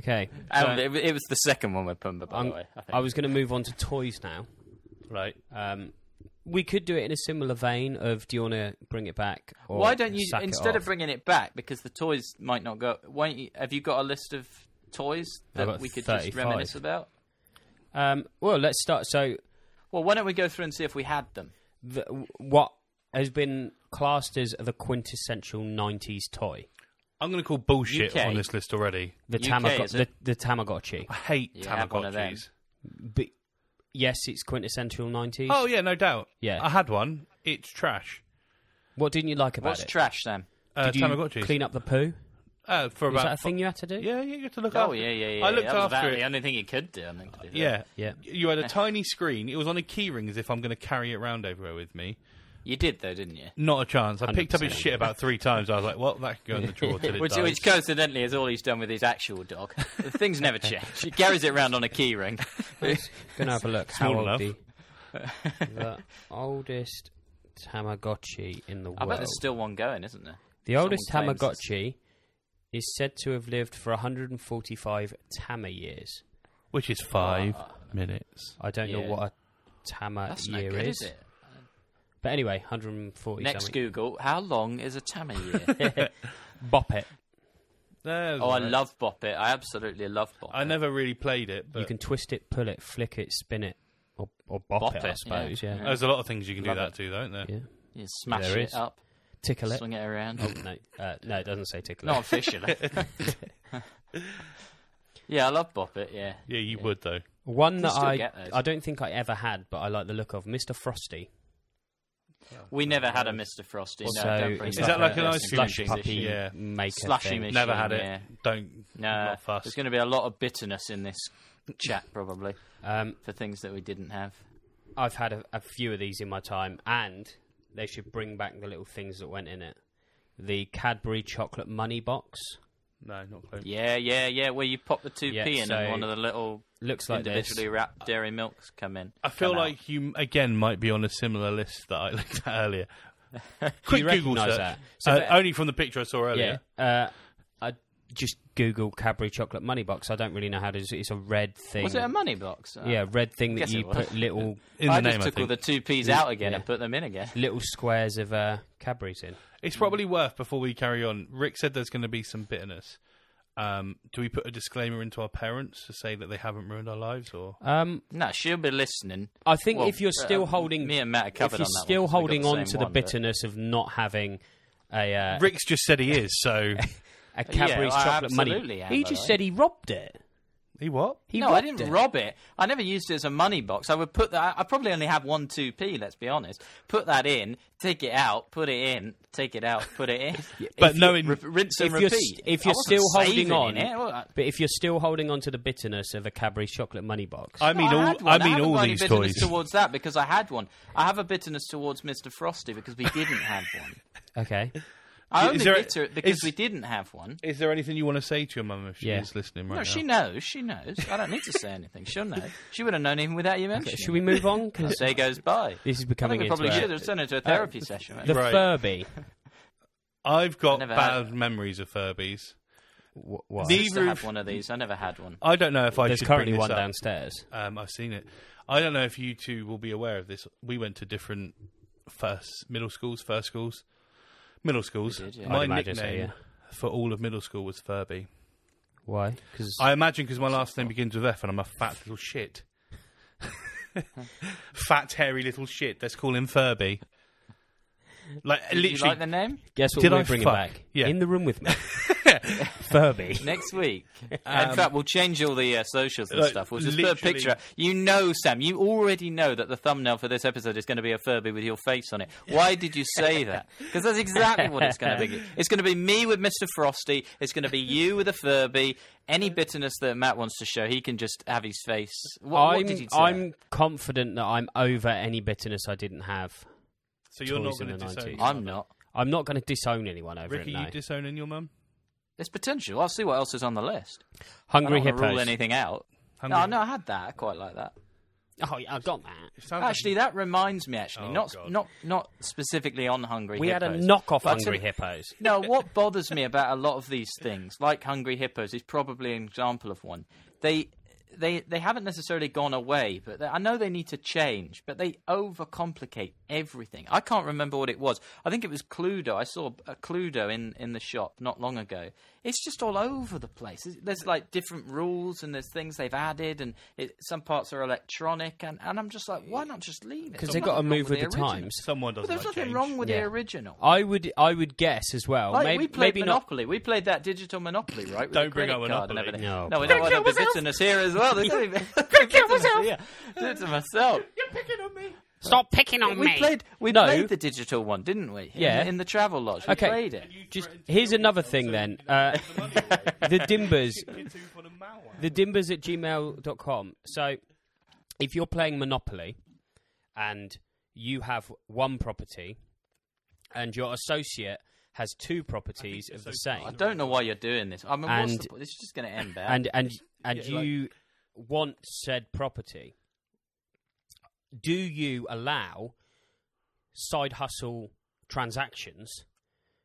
Okay, um, it, it was the second one with Pumba. By I'm- the way, I think. I was going to move on to toys now. Right. Um, we could do it in a similar vein of do you want to bring it back? Or why don't you sack it instead of off? bringing it back because the toys might not go? Why don't you, have you got a list of toys I've that got we could 35. just reminisce about? Um, well, let's start. So, Well, why don't we go through and see if we had them? the, what has been classed as the quintessential '90s toy? I'm going to call bullshit UK. on this list already. The UK, Tamagotchi. is it? The, the Tamagotchi. I hate You have one of them. Tamagotchis. But yes, it's quintessential '90s. Oh yeah, no doubt. Yeah. I had one. It's trash. What didn't you like about What's it? trash then? Uh, Did you Tamagotchis. clean up the poo? uh, for Was about that a thing you had to do? Yeah, yeah, you had to look Oh after. yeah, yeah, yeah. I looked that was about after the it. only thing you could do. I think. To do that. Yeah, Yeah. You [laughs] had a tiny screen. It was on a keyring, as if I'm going to carry it around everywhere with me. you did though, didn't you? Not a chance. I picked up his 100%. shit about [laughs] three times. I was like, "Well, that can go in the drawer till it Which, dies." which coincidentally is all he's done with his actual [laughs] dog. Things never change. He carries it round on a key ring. Gonna have a [laughs] look. How Small old enough. the, the oldest Tamagotchi in the [laughs] I world? bet there's still one going, isn't there? the oldest someone claims Tamagotchi is said to have lived for 145 Tama years. Which is five minutes. I don't Yeah. know what a Tama That's not year good, is. is it? But anyway, 140. Next something. Google, how long is a Tama [laughs] year? bop it. oh, I love Bop It. I absolutely love Bop It. I never really played it, but You can twist it, pull it, flick it, spin it, or or bop, Bop it, I it, suppose. yeah. Yeah. there's a lot of things you can do Love that it. to, don't there? Yeah. You smash There it is. up, Tickle it. swing it around. No, uh, no, it doesn't say tickle Not it. officially. [laughs] [laughs] yeah, I love Bop It, yeah. Yeah, you would though. One that still I get those. I don't think I ever had, but I like the look of Mr. Frosty. We never had a Mr. Frosty. No, Uh, so don't bring it's Is that like an up. ice It's cream a slush machine? puppy issue. Yeah. maker Slushy thing. machine. Never had it. yeah. Don't. No, Not fussed. there's going to be a lot of bitterness in this chat, probably, Um, for things that we didn't have. I've had a, a few of these in my time, and they should bring back the little things that went in it. The Cadbury chocolate money box No, not close. Yeah, yeah, yeah. Where you pop the two Yeah, p in, so and one of the little looks like this. individually wrapped dairy milks come in. I feel come out. like you again might be on a similar list that I looked at [laughs] earlier. you Quick Google recognise search. that? So Uh, that- only from the picture I saw Yeah, earlier. uh, I just Google Cadbury chocolate money box. I don't really know how to. It's a red thing. was it a money box? yeah, red thing that Guess you it was. put [laughs] little In the I name, just I took all think. the two p's out again Yeah. and put them in again. [laughs] little squares of uh, Cadbury's in. It's probably worth before we carry on. Rick said there's going to be some bitterness. Um, do we put a disclaimer into our parents to say that they haven't ruined our lives, or Um, No, she'll be listening. I think Well, if you're uh, still uh, holding, me and Matt are if covered you're on that still one, 'cause we got holding the on same to the one, but- bitterness of not having a uh, Rick's just said he is, so a Cadbury's I chocolate money, absolutely am, he by just the said he robbed it. [laughs] he what? He no, I robbed didn't it. rob it. I never used it as a money box. I would put that. I probably only have one two p. Let's be honest. Put that in, take it out, put it in, take it out, put it in. [laughs] But knowing Re- rinse and if you're, repeat. st- if I you're wasn't still holding saving on, in it. Well, I- but if you're still holding on to the bitterness of a Cadbury's chocolate money box, I mean No, all. had I one. mean haven't all got any these bitterness toys. towards that because I had one. I have a bitterness towards Mr. Frosty because we didn't have one. [laughs] [laughs] okay, I Is only there a- bitter because is- we didn't have one. Is there anything you want to say to your mum if she Yeah. is listening right No, now? she knows. She knows. I don't need to say anything. She'll know. She would have known even without you mentioning. should we move on? 'Cause it. Day goes by. this is I becoming think we probably into a- should have sent her to a therapy session. the Right? Right. [laughs] Furby. I've got never bad had memories of Furbies. Wh- what? I used to Neither have of- one of these. I never [laughs] had one. I don't know if I There's should currently bring this one up. downstairs. Um, I've seen it. I don't know if you two will be aware of this. We went to different first middle schools, first schools, middle schools. did, yeah. I'd My nickname imagine so, yeah. for all of middle school was Furby. Why? Because I imagine because my last name begins with F, and I'm a fat little shit. [laughs] fat, hairy little shit. Let's call him Furby. Like Did you literally, like the name? guess what Did we're I bringing fuck? back Yeah. in the room [laughs] with me, Furby. [laughs] Next week. In Um, fact, we'll change all the uh, socials and Like, stuff. We'll just put a literally- picture. up. You know, Sam, you already know that the thumbnail for this episode is going to be a Furby with your face on it. Why did you [laughs] say that? Because that's exactly what it's going to be. It's going to be me with Mr. Frosty. It's going to be you with a Furby. Uh, Any bitterness that Matt wants to show, he can just have his face. What, what I'm, did you say? I'm confident that I'm over any bitterness I didn't have. so you're not Toys in going to the disown. 90s. your I'm mum. not. I'm not going to disown anyone over Ricky, it. No. you disowning your mum? There's potential. I'll see what else is on the list. I Hungry don't wanna rule hippos. anything out. Oh, Hungry- No, no, I had that. I quite like that. oh, yeah, I got that. It sounds like- Actually, that reminds me. Actually, Oh, not God. not not specifically on Hungry. We had a Hippos. knockoff But Hungry to- Hippos. No, what bothers me about a lot of these things, like Hungry Hippos, is probably an example of one. They they they haven't necessarily gone away, but they, I know they need to change. But they overcomplicate everything. I can't remember what it was. I think it was Cluedo. I saw a Cluedo in in the shop not long ago. It's just all over the place. It's- There's like different rules and there's things they've added, and it, some parts are electronic. And, and I'm just like, why not just leave it? Because There's they've got to nothing wrong move with the original. times. Someone doesn't But there's like nothing change. wrong with Yeah. the original. I would, I would guess as well. Like, maybe, we played maybe not. Monopoly. We played that digital Monopoly, right? with Don't the bring credit up card and Monopoly. everything. No. no, we don't want to be bitterness here as well. There's only [laughs] bitterness here. Do it to myself. Stop picking on We me. played. We No. played the digital one, didn't we? In- Yeah. In, the travel lodge, we Okay. played it. Just here's another thing then. Uh, [laughs] the Dimbers, the Dimbers at gmail.com. So if you're playing Monopoly and you have one property and your associate has two properties of the I same don't know why you're doing this. I mean, what's And- the, po- this is just going to end bad. and and and Yeah, like- you want said property, do you allow side hustle transactions?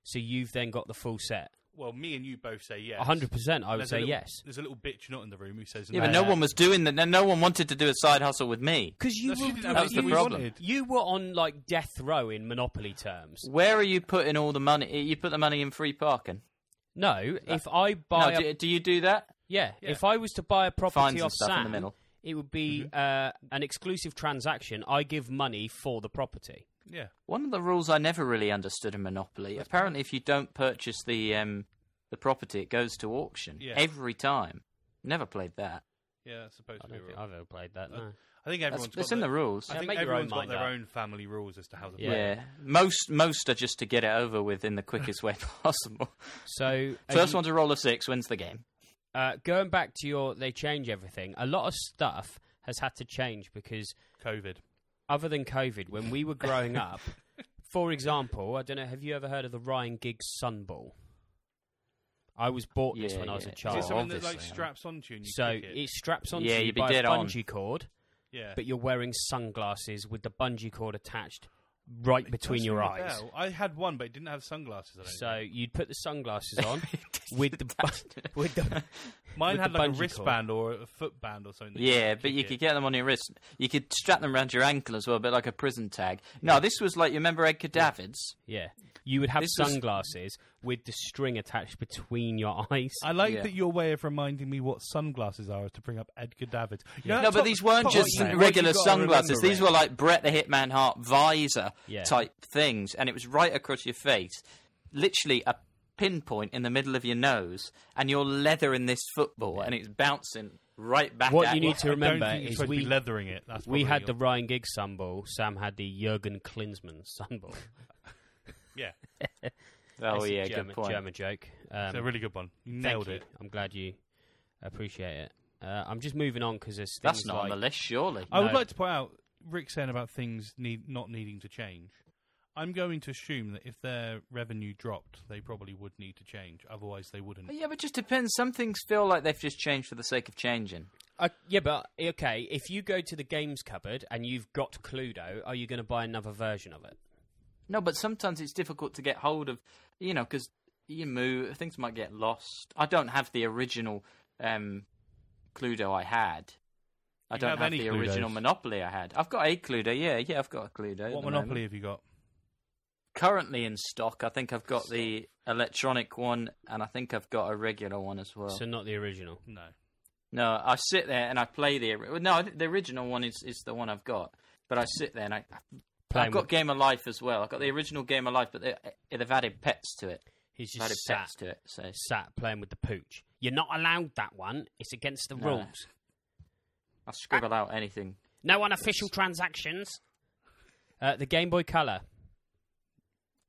So you've then got the full set. Well, me and you both say yes. A hundred percent, I would There's a say little- yes. There's a little bitch not in the room who says yeah, no. uh, but no one was doing that. No one wanted to do a side hustle with me. Because you That's were, what we did. That was the you, problem. wanted. you were on like death row in Monopoly terms. Where are you putting all the money? You put the money in free parking. No, if I No, buy, a, do, do you do that? yeah, if I was to buy a Fines property and off stuff in the Sam, middle. Mm-hmm. it would be uh, an exclusive transaction. I give money for the property. Yeah. One of the rules I never really understood in Monopoly. apparently, if you don't purchase the um, the property, it goes to auction Yeah. every time. Never played that. Yeah, that's supposed I to be don't think wrong. I've ever played that. No. I think That's, everyone's got that's in the their- rules. I Yeah, think make your everyone's own got mind their up. own family rules as to how to Yeah. play. Yeah. it. most most are just to get it over with in the quickest way [laughs] possible. So First uh, one to roll a six wins the game. uh, going back to your, they change everything. A lot of stuff has had to change because COVID. other than COVID, when we were growing [laughs] up, for example, I don't know, have you ever heard of the Ryan Giggs Sunball? I was bought this Yeah, when I was a yeah. Is it Is child. it something that like obviously. straps onto you and you So kick it? it straps onto Yeah, you you'd be by dead a on. bungee cord, yeah. but you're wearing sunglasses with the bungee cord attached right between Does your ring a eyes. bell. I had one, but it didn't have sunglasses. I don't So you'd put the sunglasses [laughs] on [laughs] with the bu- with the think. mine with had the like a bungee wristband or a footband or something. that Yeah, could but you kick could it. get them on your wrist. You could strap them around your ankle as well, a bit like a prison tag. No, this was like you remember Edgar Davids. yeah. You would have This was- sunglasses with the string attached between your eyes. I like Yeah. that your way of reminding me what sunglasses are is to bring up Edgar Davids. You know, No, that's but what- these weren't what just you- what you regular gotta remember, sunglasses. These Ray. were like Brett the Hitman Hart visor Yeah. type things, and it was right across your face, literally a pinpoint in the middle of your nose, and you're leathering this football, and it's bouncing right back. What at you need to I don't remember think you're is supposed to be we leathering it. That's we probably had your- the Ryan Giggs sunball. Sam had the Jurgen Klinsmann sunball. yeah. [laughs] Oh That's a yeah, German, good point. German joke. Um, It's a really good one. You thank nailed you. it. I'm glad you appreciate it. Uh, I'm just moving on because there's That's things not on like- Oh, the list, surely. I would No. like to point out Rick saying about things need not needing to change. I'm going to assume that if their revenue dropped, they probably would need to change. Otherwise, they wouldn't. Yeah, but it just depends. Some things feel like they've just changed for the sake of changing. Uh, yeah, but okay. If you go to the games cupboard and you've got Cluedo, are you going to buy another version of it? No, but sometimes it's difficult to get hold of, you know, because you move, things might get lost. I don't have the original um, Cluedo I had. I You don't have have, any the original Cluedos? Monopoly I had. I've got a Cluedo, yeah, yeah, I've got a Cluedo. at What the moment. monopoly have you got? Currently in stock, I think I've got the electronic one, and I think I've got a regular one as well. So not the original. No. No, I sit there and I play the ori- no. The original one is, is the one I've got, but I sit there and I. Playing I've got with- Game of Life as well. I've got the original Game of Life, but they, they've added pets to it. He's They've added just sat, pets to it. So it's- sat playing with the pooch. You're not allowed that one. It's against the No. rules. I'll scribble out anything. No unofficial transactions. Uh, the Game Boy Color.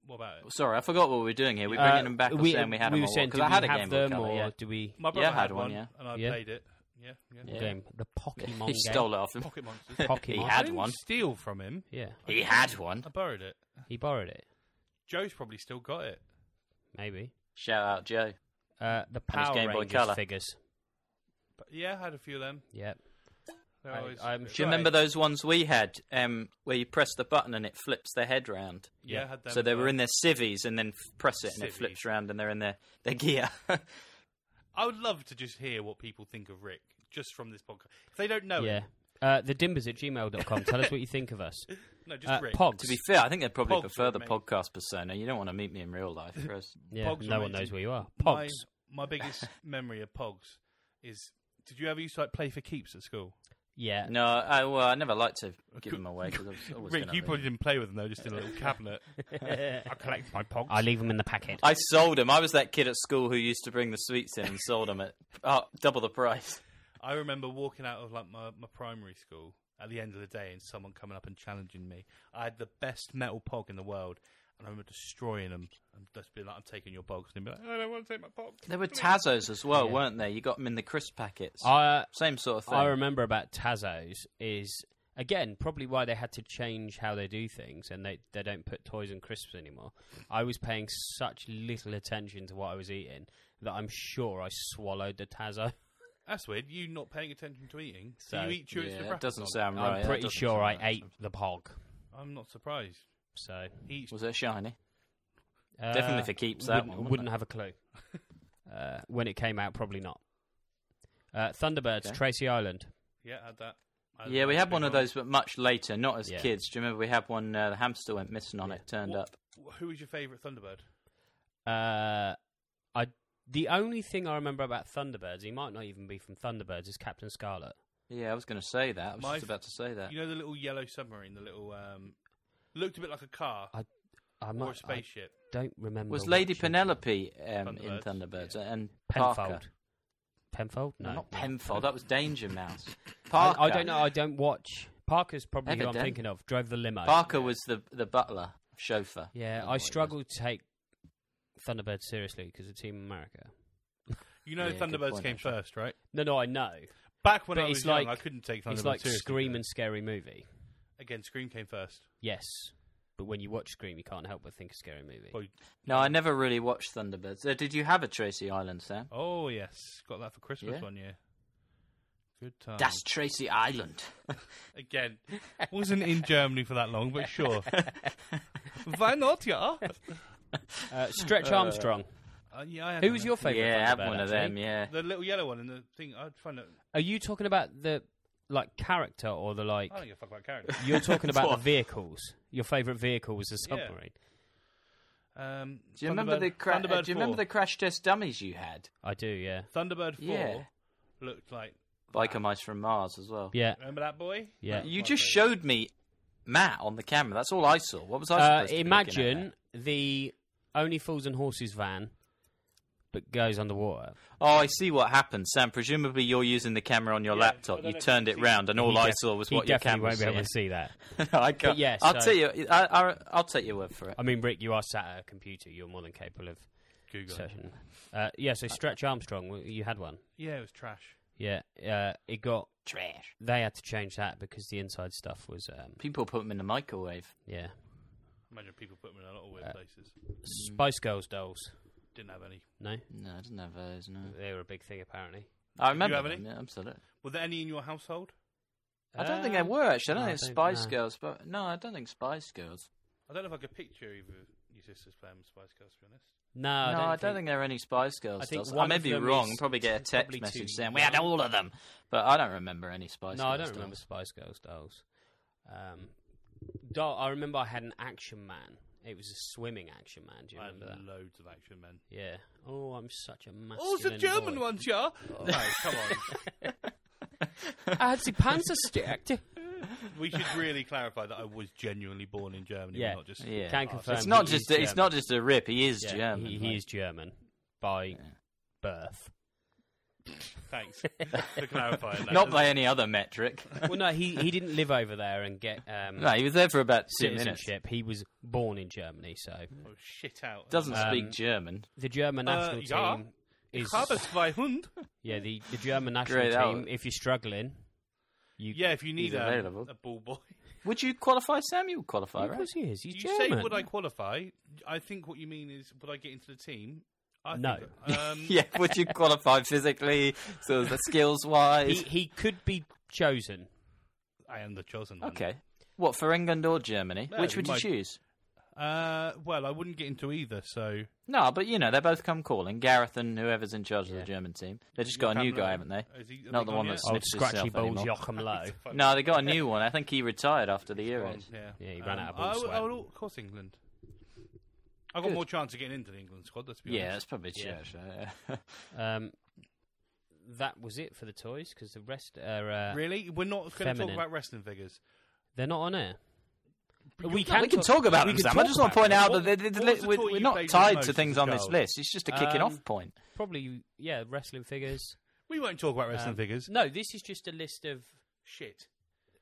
What about it? Sorry, I forgot what we were doing here. We're Uh, bringing them back. or saying we had we were them all saying, because do I had we a have Game Boy them Color. or yeah. do we My brother Yeah, I had, had one, one, yeah. and I Yeah. played it. Yeah, yeah. Yeah. game [laughs] the Pokemon he game? stole it off him. Pocket [laughs] monsters. Pocket He Monsters. I had didn't one. Steal from him. Yeah, He had one. I borrowed it. he borrowed it. Joe's probably still got it. Maybe. Shout out Joe. Uh, the Power Game Boy Rangers Color. figures. But yeah, I had a few of them. Yep. They're I- always- I'm Do you sure. remember those ones we had um, where you press the button and it flips their head round? Yeah, I had them. So they as were well. in their civvies and then f- press it and it Civvies. flips round and they're in their, their gear. [laughs] I would love to just hear what people think of Rick just from this podcast. If they don't know Yeah. him, Uh, the dimbers at gmail.com. Tell us what you think of us. [laughs] no, just Uh, Rick. Pogs. to be fair, I think they probably Pogs prefer would the make- podcast persona. You don't want to meet me in real [laughs] life, Chris. yeah, Pogs no were one amazing. knows where you are. My, Pogs. my [laughs] biggest memory of Pogs is did you ever used to like play for keeps at school? Yeah. no, I, well, I never like [laughs] to give them away because I was always Rick, gonna you leave. probably didn't play with them though, just in a [laughs] little cabinet. I collect my Pogs. I leave them in the packet. I sold them. I was that kid at school who used to bring the sweets in and sold them at oh, double the price. I remember walking out of like my, my primary school at the end of the day and someone coming up and challenging me. I had the best metal pog in the world and I remember destroying them and just being like, I'm taking your pogs. And they'd be like, "Oh, I don't want to take my pog. There were Tazos as well, weren't there? You got them in the crisp packets. I, Same sort of thing. I remember about Tazos is again probably why they had to change how they do things and they they don't put toys and crisps anymore. I was paying such little attention to what I was eating that I'm sure I swallowed the Tazo. That's weird. You not paying attention to eating. So So- you eat chewing yeah, yeah, it doesn't sound right. I'm That pretty doesn't sure I sound right. ate the pog. I'm not surprised. So He eats Was it shiny? uh, Definitely for keeps that wouldn't, one, wouldn't wouldn't have a clue. [laughs] Uh, when it came out, probably not. Uh, Thunderbirds, Okay. Tracy Island. Yeah, I had that. I Yeah, we that had big one of those, but much later, not as Yeah. kids. Do you remember we had one? Uh, the hamster went missing on it, turned What- up. Who was your favourite Thunderbird? Uh, I the only thing I remember about Thunderbirds, he might not even be from Thunderbirds, is Captain Scarlet. Yeah, I was going to say that. I was My just about to say that. You know the little yellow submarine, the little um, looked a bit like a car I'm or a not, I spaceship. don't remember. was Lady Mm. watching- Penelope um, in Thunderbirds. Thunderbirds and Penfold? Parker? Penfold? No, Not no. Penfold. That was Danger Mouse. I, Parker. I don't know. I don't watch. Parker's probably who Evident. I'm thinking of. Drove the limo. Parker was the the butler chauffeur. Yeah, That's what I he was. struggle to take Thunderbirds seriously because of Team America. You know Yeah, good Thunderbirds point, came actually. first, right? No, no, I know. Back when But I it's was young, like- I couldn't take Thunderbirds it's like seriously. Scream and Scary Movie. Again, Scream came first. Yes, but when you watch Scream, you can't help but think of Scary Movie. Boy- No, I never really watched Thunderbirds. Uh, did you have a Tracy Island, Sam? Oh yes, got that for Christmas Yeah. one year. Good time. That's Tracy Island. Again, wasn't in Germany for that long, but sure. [laughs] Why not, yeah? Uh, Stretch Armstrong. Uh, yeah, I had Who one was of your favourite? yeah, I had Thunderbird, one of actually? them. Yeah. them. The little yellow one and the thing. I'd find it. Are you talking about the like character or the like? I don't give a fuck about characters. You're talking [laughs] about the vehicles. Your favourite vehicle was the Yeah. submarine. Um, Do you remember the cra- Thunderbird uh, Do you 4. remember the crash test dummies you had? I do, yeah, Thunderbird Four Yeah. looked like? Biker mice from Mars as well. yeah, Remember that boy? yeah. You just showed me Matt on the camera. That's all I saw. What was I Uh, supposed to be looking at imagine there? the only fools and horses van, but goes underwater. Oh, I see what happened, Sam. Presumably, you're using the camera on your Yeah, I laptop. don't You know if turned you it can see round, and all He I def- saw was he what your definitely camera won't be able to was. see that. [laughs] I can't. yeah, I'll so- tell you. I, I, I'll take your word for it. I mean, Rick, you are sat at a computer. You're more than capable of Google. it. searching. Uh, yeah, so Stretch Armstrong, w- you had one. Yeah, it was trash. Yeah, uh, it got. Trash. They had to change that because the inside stuff was. Um, People put them in the microwave. yeah, Mm-hmm. Imagine people put them in a lot of weird places. Spice Girls dolls. Didn't have any. No, No, I didn't have those. No, they were a big thing apparently. I remember. have them, any? Yeah, absolutely. Were there any in your household? I don't think they Um, were actually. I don't no, I think don't- Spice no. Girls, but no, I don't think Spice Girls. I don't know if I could picture either of your sisters playing with Spice Girls. To be honest, No, No, I don't, think, there are any Spice Girls. I think dolls. I one may of be them wrong. is Probably get a text probably message too saying we had young. all of them, but I don't remember any Spice No, Girls. I don't dolls. remember Spice Girls dolls. Um, doll, I remember I had an Action Man. It was a swimming Action Man. Do you I had remember that? loads of action men. Yeah. Oh, I'm such a masculine. Oh, it's the German boy. [laughs] ones, yeah. No, come [laughs] on. I had the Panzer stick. We should really clarify that I was genuinely born in Germany, Yeah. Oh, not just. Yeah. Can confirm. It's not he just is a, it's German. not just a rip. He is Yeah, German. He, he like. is German by [laughs] birth. Thanks for clarifying. That. not by any [laughs] other metric. well, no, he, he didn't live over there and get um, no, he was there for about two minutes. citizenship. He was born in Germany, so Oh, shit out. Doesn't Um, speak German. the German Uh, national yeah. team Ich is habe zwei Hund. yeah the, the German national Great team. out. If you're struggling, you Yeah, if you need He's um, available. a ball boy, Would you qualify, Sam? You would qualify, of right? course he is. He's you German. say would I qualify? I think what you mean is would I get into the team? I No. think- [laughs] um, Yeah, would you qualify physically, sort of the skills wise? He, he could be chosen. I am the chosen one. Okay. What for England or Germany? No, Which would you my- choose? Uh, well, I wouldn't get into either, so No, but you know they both come calling Gareth and whoever's in charge of the German team. They just got a new Hamlet- guy, haven't they? Is he- have Not they the gone one yet? [laughs] that Oh, sniffs scratchy himself balls anymore. Joachim Low. No, they got a new one. I think he retired after the Euros. Yeah, Um, Yeah, he ran out of I ball would- sweat. I would, of course, England. I got Good. more chance of getting into the England squad. Let's be Yeah, honest. that's probably true. Yeah. actually, yeah. Um, that was it for the toys because the rest are uh, Really, we're not going to talk Feminine. about wrestling figures. they're not on air. We we can talk about we them, can Sam. I talk just want about to point them. out What- that they- they- what was the we're, toy we're you not played the tied most as to a things on this child? list. It's just a kicking Um, off point. Probably, yeah, wrestling figures. We won't talk about wrestling Um, figures. No, this is just a list of Shit.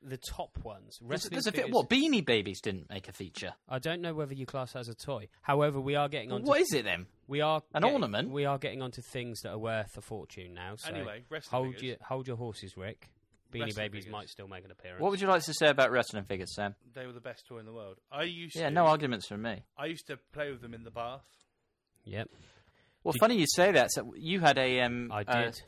the top ones. There's, Wrestling there's a bit. figures. What Beanie Babies didn't make a feature. I don't know whether you class that as a toy. However, we are getting on. What is it then? We are An getting- ornament? We are getting onto things that are worth a fortune now. So Anyway, wrestling hold figures. your hold your horses, Rick. Beanie Wrestling Babies figures. might still make an appearance. What would you like to say about wrestling figures, Sam? They were the best toy in the world. I used Yeah, to, no arguments from me. I used to play with them in the bath. Yep, Well, Did- funny you say that. So you had a um, I uh, did.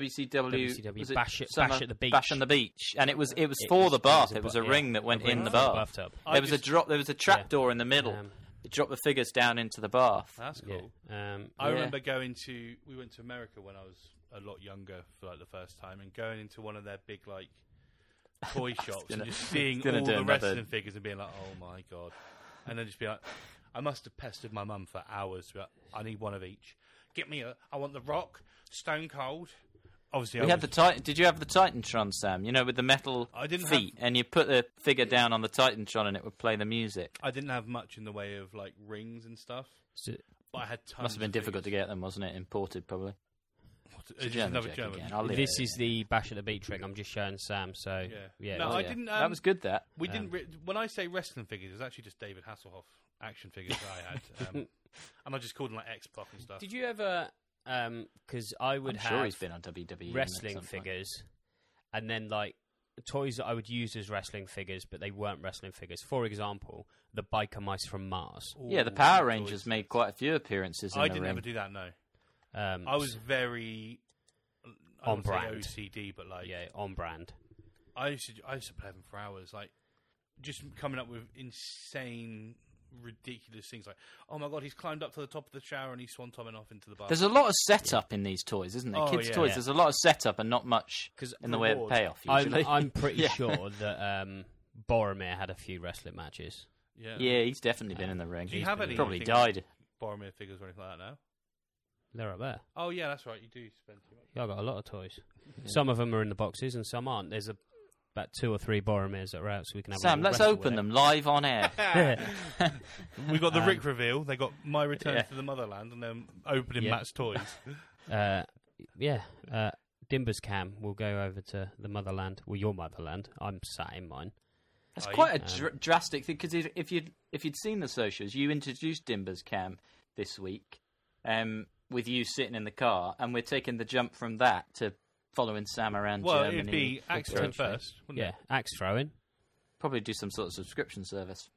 WCW, WCW was it Bash at- Summer- Bash at the Beach. Bash on the beach, and it was it was It for was- the it was bath. a It was ba- a ring yeah, that went a ring in the Oh, for the bath. bathtub. I There was a just- drop. There was a trap door in the middle. Um, it dropped the figures down into the bath. That's cool. yeah. Um, I Yeah. remember going to we went to America when I was a lot younger for like the first time and going into one of their big like [laughs] toy shops and gonna- just seeing gonna all do the another- wrestling figures and being like, Oh my god and then just be like I must have pestered my mum for hours but I need one of each. Get me a I want the rock, stone cold. Obviously We I had the was, Titan. Did you have the Titantron, Sam? You know, with the metal I didn't feet, and you put the figure down on the Titantron, and it would play the music. I didn't have much in the way of like rings and stuff. so- But I had tons Must have been difficult to get them, wasn't it? Imported, probably. to get German another joke German. again. I'll leave this it. is the Bash at the Beach ring. I'm just showing Sam. So Yeah. yeah, No, Oh, I yeah. didn't, that um, was good. That We Um, didn't. Re- when I say wrestling figures, it's actually just David Hasselhoff action figures that I [laughs] had, um, and I just called them like X Pac and stuff. Did you ever? Because I would I'm have sure he's been on E WWE. wrestling figures. figures, and then like toys that I would use as wrestling figures, but they weren't wrestling figures. For example, the biker mice from Mars. Yeah, the Ooh, Power enjoyed. Rangers made quite a few appearances in I the didn't ring. ever do that. No, Um, I was very I don't On wanna brand. say OCD, but like yeah on brand. I used to, I used to play them for hours, like just coming up with insane, ridiculous things. Like, oh my god, he's climbed up to the top of the shower and he's swantomming off into the bath. There's a lot of setup in these toys, isn't there? Oh, Kids' yeah. toys. Yeah. There's a lot of setup and not much 'Cause in the way of reward. payoff. I'm, Usually, I'm pretty [laughs] Yeah. sure that um, Boromir had a few wrestling matches. yeah. Yeah, he's definitely been in the ring. Do you He's have been- any? probably things- died. Boromir figures or anything like that now? They're up there. Oh yeah, that's right. You do spend too much. Yeah, I got a lot of toys. Some of them are in the boxes and some aren't. There's a, about two or three Boromirs that are out, so we can have. a Sam, little let's wrestle with open them live [laughs] on air. We got the Um, Rick reveal. They got my return Yeah. to the motherland, and then opening Yeah. [laughs] Matt's toys. Uh, yeah, uh, Dimber's cam. We'll go over to the motherland. Well, your motherland. I'm sat in mine. That's Are quite a you? dr- drastic thing because if, if you'd if you'd seen the socials, you introduced Dimber's cam this week, um, with you sitting in the car, and we're taking the jump from that to following Sam around well, Germany. it'd be accident potentially. first, Mm. wouldn't Yeah, it? axe throwing. probably do some sort of subscription service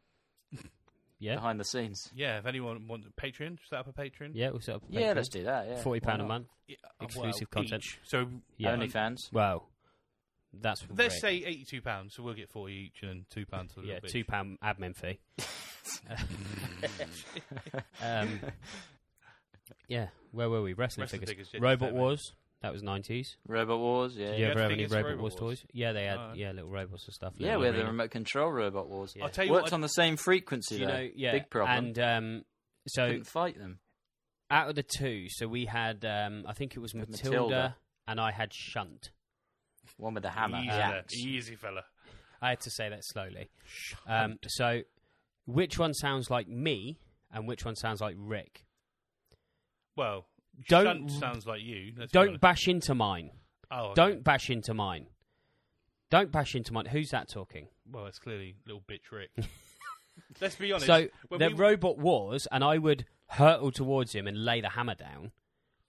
Yeah, behind the scenes. Yeah, if anyone wants Patreon, set up a Patreon. yeah. We'll set up. Yeah, let's do that. Yeah, Forty Why pound a not? month. Yeah, uh, Exclusive well, content. each. So um, Yeah. Only fans. Wow, that's let's great. say eighty-two pounds. So we'll get forty each, and then two pounds for the yeah, little two bitch. pound admin [laughs] fee. [laughs] um, yeah, where were we? Wrestling, Wrestling figures. figures, yeah, Robot determined. Wars. That was nineties. Robot Wars. Yeah, Did you Yeah, ever have any figures for Robot Robot Wars Wars. toys? Yeah, they had No. yeah little robots and stuff. Yeah, little we had the arena. remote control robot wars. Yeah. I'll tell you Worked what. on the same frequency. Do you though. know? Yeah, big problem. And um, so Couldn't fight them. out of the two, so we had um, I think it was Matilda. Matilda, and I had Shunt. One with a hammer. easy, Yeah. there. easy fella. I had to say that slowly. Um, so, which one sounds like me and which one sounds like Rick? Well, Don't- Shunt sounds like you. let's be Don't honest. bash into mine. oh, okay. Don't bash into mine. Don't bash into mine. Who's that talking? Well, it's clearly little [laughs] bitch Rick. let's be honest. So when the we- robot wars, and I would hurtle towards him and lay the hammer down.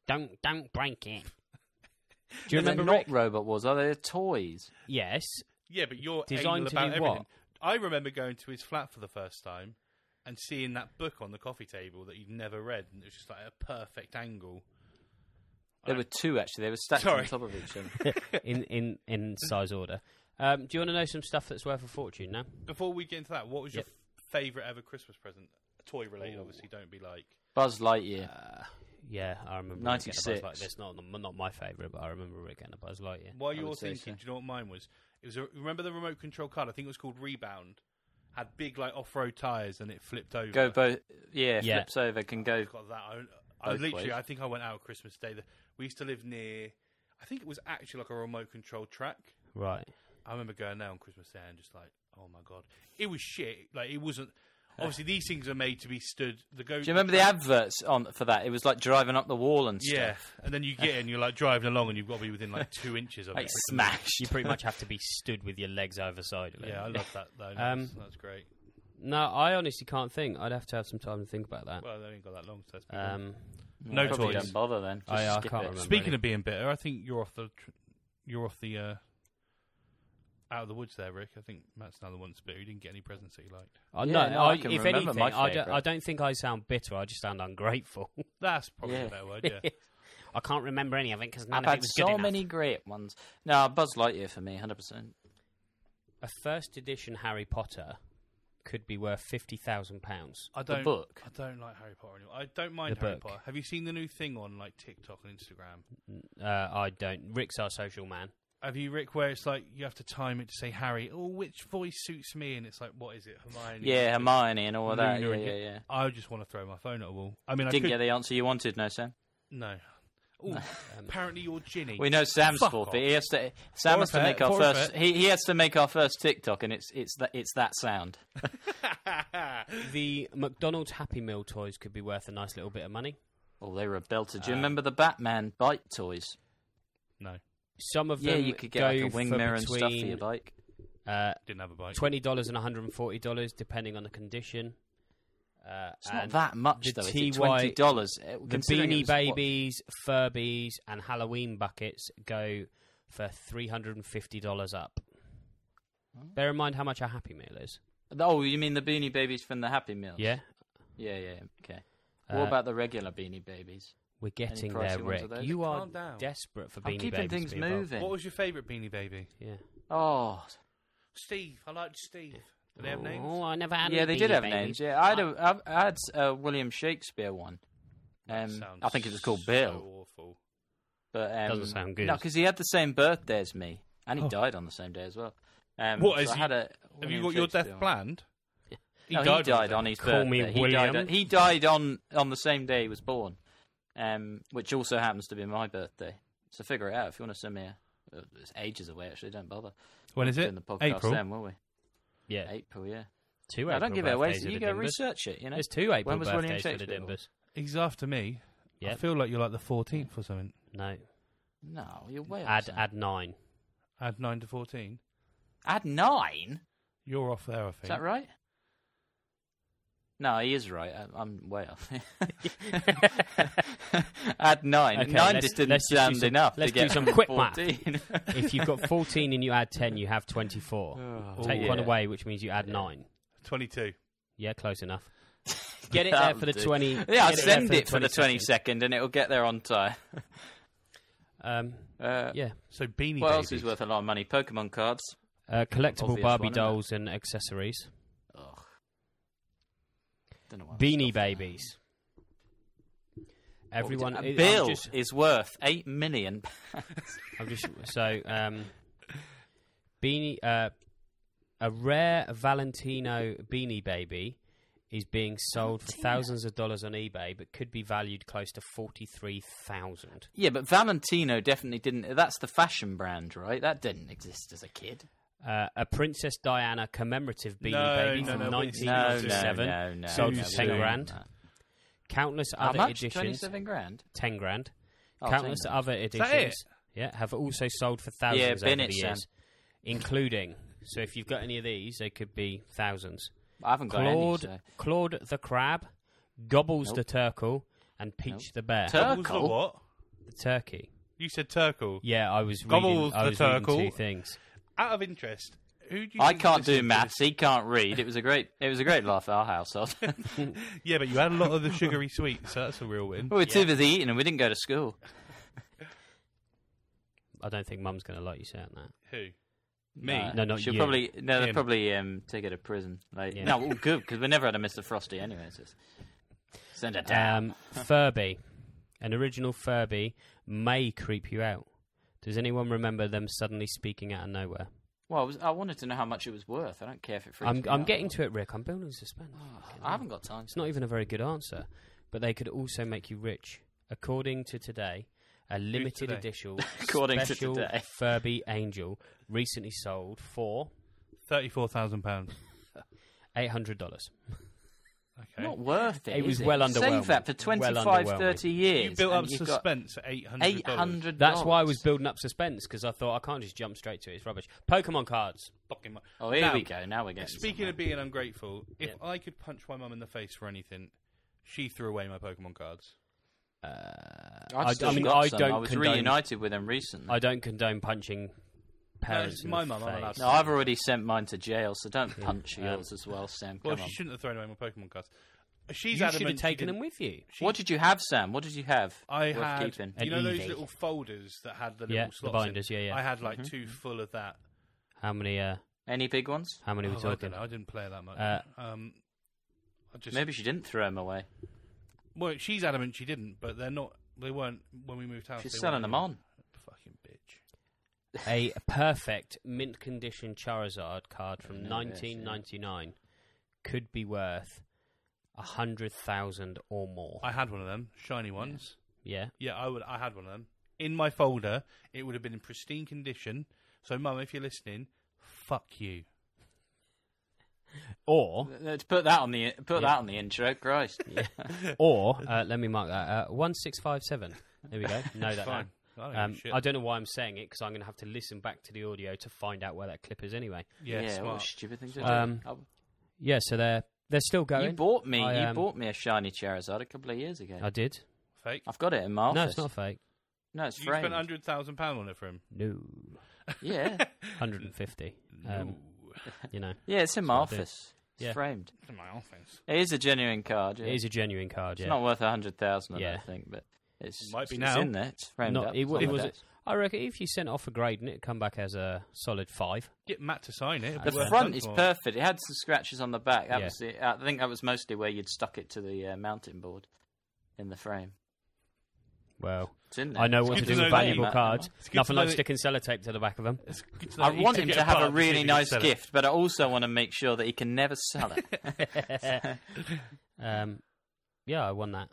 Don't don't break it. Do you They're remember not Rick? robot wars. Are they toys? Yes. [laughs] Yeah, but you're Designed anal to about do everything. what? I remember going to his flat for the first time, and seeing that book on the coffee table that you'd never read, and it was just like a perfect angle. There were two actually. They were stacked Sorry. on top of each other. [laughs] in in in size order. Um, do you want to know some stuff that's worth a fortune now? Before we get into that, what was your favourite ever Christmas present? Toy related, obviously. Don't be like Buzz Lightyear. Uh, Yeah, I remember. really getting a Buzz 96. Like this, not the- not my favourite, but I remember really getting a Buzz Lightyear. while you would were say thinking. so. Do you know what mine was? It was a, remember the remote control card. I think it was called Rebound. Had big like off road tires, and it flipped over. Go both. Yeah, Yeah. flips over. Can go. got that. I, I Both literally, ways. I think I went out Christmas Day. The- We used to live near. I think it was actually like a remote control track. Right. I remember going there on Christmas Day and just like, oh my god, it was shit. Like it wasn't. Obviously, these things are made to be stood. The go. Do you remember the adverts on for that? It was like driving up the wall and stuff. Yeah, and then you get in, you're like driving along, and you've got to be within like [laughs] two inches of Like it. smashed. You pretty much have to be stood with your legs either side of it. Yeah, I love that though. That's, Um, that's great. No, I honestly can't think. I'd have to have some time to think about that. Well, they ain't got that long, so that's Uh, pretty good. Um, no Probably toys. don't bother then. Just I- I skip can't it. remember. Speaking any. of being bitter, I think you're off the tr- you're off the uh, out of the woods there, Rick. I think Matt's another one that's bitter. He didn't get any presents that he liked. I Yeah, no, no, I, I can if remember anything, my I, don't, favourite. I don't think I sound bitter. I just sound ungrateful. That's probably Yeah. a better word. [laughs] Yeah. I can't remember any of it because none I've of it had was so good enough. many great ones. No, Buzz Lightyear for me, hundred percent. A first edition Harry Potter could be worth fifty thousand pounds. I don't. book. I don't like Harry Potter anymore. I don't mind The Harry book. Potter. Have you seen the new thing on like TikTok and Instagram? Uh, I don't. Rick's our social man. Have you, Rick? Where it's like you have to time it to say Harry. Oh, which voice suits me? And it's like, what is it, Hermione? Yeah, Hermione and all that. Yeah, Luna and yeah, get- yeah. I just want to throw my phone at a wall. I mean, I Didn't could, get the answer you wanted, no, Sam. no. [laughs] Ooh, apparently you're Ginny. We know Sam's Fuck fault, off. but he has to. Sam has to Forfeit, make our forfeit. first. He, he has to make our first TikTok, and it's it's that it's that sound. The McDonald's Happy Meal toys could be worth a nice little bit of money. Oh, they were a belter. Uh, Do you remember the Batman bike toys? No, Some of Yeah, them you could go get like a wing for mirror and stuff for between, your bike. Uh, didn't have a bike. twenty dollars and one hundred and forty dollars, depending on the condition. Uh, It's not and that much the though. is TY it twenty dollars. Uh, The Beanie Babies, Furbies, and Halloween buckets go for three hundred and fifty dollars up. Hmm. Bear in mind how much a Happy Meal is. Oh, you mean the Beanie Babies from the Happy Meal? Yeah, yeah, yeah. Okay. Uh, what about the regular Beanie Babies? we're getting pricey there, ones Rick. of those? You are Calm down. desperate for I'm Beanie keeping Babies things to be involved. moving. What was your favourite Beanie Baby? Yeah. oh, Steve. I liked Steve. Do they have names? Oh, I never had. yeah, any they did Beanie have Babies. names. Yeah, I had a, I've- I had a William Shakespeare one. That Um, sounds I think it was called so Bill. Awful. But um, Doesn't sound good. No, because he had the same birthday as me, and he died on the same day as well. Um, What, so is I he- had a. Have you William got your Shakespeare death one. planned? No, he died on his Call me birthday. He died, William. on, he died on on the same day he was born, um, which also happens to be my birthday. So figure it out if you want to send me. A, uh, it's ages away. Actually, don't bother. When is Doing it? the podcast April. then, will we? Yeah, April, yeah. two. No, April don't give it away. birthdays So are you the go Dimbers. research it. You know, There's two April When was William birthdays for the Shakespeare born? Dimbers. He's after me. I Yeah. feel like you're like the 14th or something. No, No, you're way. off, add Sam. add nine. Add 9 to 14. add nine. You're off there, I think. Is that right? No, he is right. I, I'm way off. [laughs] Add nine. Okay, 9 let's- just didn't let's just do sound some- enough let's to do get [laughs] some from quick math. 14. if you've got 14 and you add 10, you have 24. [laughs] Take Oh, yeah. one away, which means you add Yeah. nine. 22. Yeah, close [laughs] enough. [laughs] Get it there for the That'll do. 20. get Yeah, I'll there send it for the 22nd. 22nd and it'll get there on time. [laughs] Um, Uh, yeah. So Beanie what else Babies. is worth a lot of money? Pokemon cards. Uh, collectible Obvious Barbie one, isn't it? dolls and accessories. Ugh. Don't know why I was Beanie off. Babies. What we did- Everyone. and it- I'm Bill just- is worth 8 million. I'm just so um, beanie uh, a rare Valentino beanie baby is being sold for thousands of dollars on eBay, but could be valued close to forty three thousand. yeah, but Valentino definitely didn't. That's the fashion brand, right? That didn't exist as a kid. Uh, a Princess Diana commemorative beanie No, baby no, from no, but it's- nineteen No, ninety no, seven no, no. sold no, for we ten don't grand. want that. Countless How other much? editions, Twenty-seven grand. ten grand. Oh, Countless 10 grand. other that it? editions, yeah, have also sold for thousands Yeah, over bin it, the Sam. years, including. So if you've got any of these, they could be thousands. I haven't got Claude, any. Claude the crab, Gobbles the Nope. turtle, and Peach the bear. Tur- What was the Urkel? what? the turkey. You said Turkle. Yeah, I was reading. Gobbles I the was reading turtle. two things. Out of interest, who do you I think can't this is do for maths. He can't read. It was a great. It was a great laugh at our household. [laughs] e- this- Yeah, but you had a lot of the sugary sweets, so that's a real [laughs] win. we were too busy eating, and we didn't go to school. I don't think Mum's going to like you saying that. [laughs] Who? Me? Uh, No, not she'll you. probably no, they'll Him. probably um, take her to prison. Like, Yeah. No, all good because we never had a Mr. Frosty anyway. It's just, send her down. Um, Furby, an original Furby may creep you out. Does anyone remember them suddenly speaking out of nowhere? well, I, was, I wanted to know how much it was worth. I don't care if it. freaks I'm me I'm out. Oh, getting to it, Rick. I'm building suspense. Fucking I hell. haven't got time. It's not even a very good answer, but they could also make you rich, according to today. A limited today? edition [laughs] According to special today. Furby Angel recently sold for Thirty-four thousand pounds. eight hundred dollars. Okay. Not worth it. It was is well Save underwhelming. that for Well 25, underwhelming. 30 years. you built and up you've got suspense at eight hundred. Eight hundred. That's why I was building up suspense because I thought I can't just jump straight to it. It's rubbish. Pokemon cards. Oh, here we go. Now we're getting. Speaking of being ungrateful, if Yeah. I could punch my mum in the face for anything, she threw away my Pokemon cards. Uh, I, I mean, I don't I was condone- reunited with them recently. I don't condone punching parents. it's in my the mum, I'm allowed face. to. no, I've already sent mine to jail, so don't punch Yeah. um, yours as well, Sam. Well, Come she on. shouldn't have thrown away my Pokemon cards. You She's should have adamant she taken didn't- them with you. she- What did you have, Sam? What did you have? I worth had keeping? An you know Eevee. those little folders that had the little Yeah, the slots binders, in? yeah, Mm-hmm. yeah. I had like two full of that. How many? Uh, Any big ones? how many Oh, were I, talking? don't know, I didn't play that much. Uh, um, I just Maybe she didn't throw them away. well, she's adamant she didn't, but they're not. They weren't when we moved house. She's they selling weren't them in. on. Fucking bitch. a perfect mint condition Charizard card from Yeah, yeah, 1999 could be worth a hundred thousand or more. I had one of them, shiny ones. yeah, Yeah, I would. I had one of them in my folder. It would have been in pristine condition. So, Mum, if you're listening, fuck you. or [laughs] Let's put that on the put that on the intro. Christ, or uh, let me mark that uh, one six five seven. There we go. No, that. Fine. down. I don't give a Um, shit. I don't know why I'm saying it because I'm going to have to listen back to the audio to find out where that clip is anyway. yeah, what a smart. stupid thing to do. Um, Oh, Yeah, so they're they're still going. you bought me, I, you um, bought me a shiny Charizard a couple of years ago. I did. Fake. I've got it in my office. No, it's not fake. No, it's You framed. spent hundred thousand pound on it for him. No, [laughs] Yeah, 150. Um, you know, yeah, it's in my I do. office. It's Yeah. framed. In my office. It is a genuine card. yeah. it is a genuine card. It's Yeah, not worth a hundred thousand. I Yeah. don't think, but it's Might be it's now. in there. It's framed Not- up. it, It's wa- on it my was. desk. I reckon if you sent off a grade and it come back as a solid five. Get Matt to sign it. it'd The be worth front loads is more. perfect. It had some scratches on the back. That Yeah. was the, I think that was mostly where you'd stuck it to the uh, mounting board in the frame. Well, It's in there. I know It's what got to good do to know with that valuable you- cards. It's good Nothing to know like that- sticking sellotape to the back of them. It's good know I that you want took him it to have apart a see if really you can nice sell it. gift, but I also want to make sure that he can never [laughs] sell it. [laughs] um, yeah, I won that.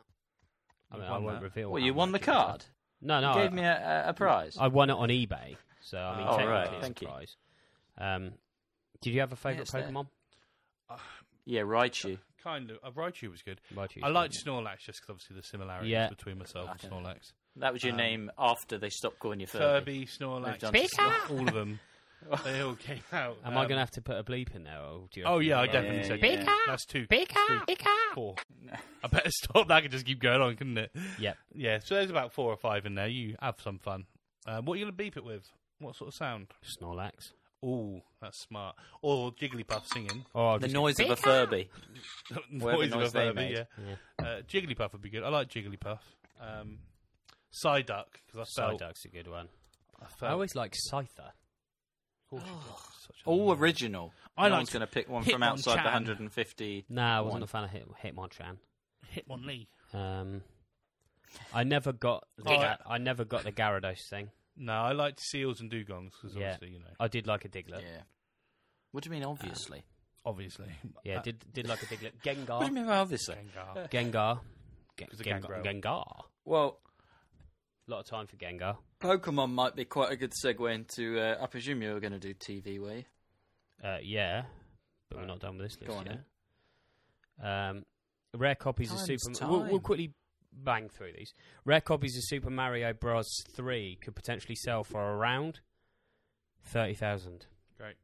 I You mean, I won won't that. reveal. well, how you won the much it card. was. No, no, you gave I, me a, a, a prize. I won it on eBay, so I mean, Oh, technically right. it's Thank a you. prize. Um, did you have a favourite it's there. Pokemon? yeah, Raichu. Kind of. Uh, Raichu was good. Right, you- I liked Snorlax just because obviously the similarities Yeah. between myself and Snorlax. That was your name after they stopped calling you Um, Furby, Furby. Snorlax, Moved on to Snorlax, all of [laughs] them. They all came out. Am I Um, going to have to put a bleep in there? Or do you Oh reckon yeah, I it's all right? definitely said yeah, that. yeah. That's too. Pika, [laughs] Pika. I better stop. That could just keep going on, couldn't it? Yep. Yeah. So there's about four or five in there. You have some fun. Uh, what are you gonna beep it with? What sort of sound? Snorlax. Ooh, that's smart. Or Jigglypuff singing. [laughs] Oh, I'll The just- noise of a Furby. Whatever Noise of a noise they Furby, made. yeah. Yeah. Uh, Jigglypuff would be good. I like Jigglypuff. Um, Psyduck because I felt. Psyduck's a good one. I, I felt always like Scyther. Of course you did. Such a- All original. I no liked one's going to pick one Hitmonchan. from outside the 150. Nah, I one. wasn't a fan of Hit- Hitmonchan. Hitmonlee. Um, I never got the Oh, Ga- I never got the Gyarados thing. No, I liked seals and dugongs because Yeah, obviously you know. I did like a Diglett. Yeah. Um, What do you mean, obviously? [laughs] Obviously. Yeah, did did like a Diglett. what do you Gengar, mean, by obviously? Gengar. Gengar, Gen- was a Gengar, Gangrel. Gengar. Well, A lot of time for Gengar. Pokemon might be quite a good segue into. Uh, I presume you were going to do TV, were you? Uh, yeah, but we're not done with this Go list on yet. Um, rare copies of Time's Super. We'll, we'll time. quickly bang through these. Rare copies of Super Mario Bros. Three could potentially sell for around thirty thousand. Great.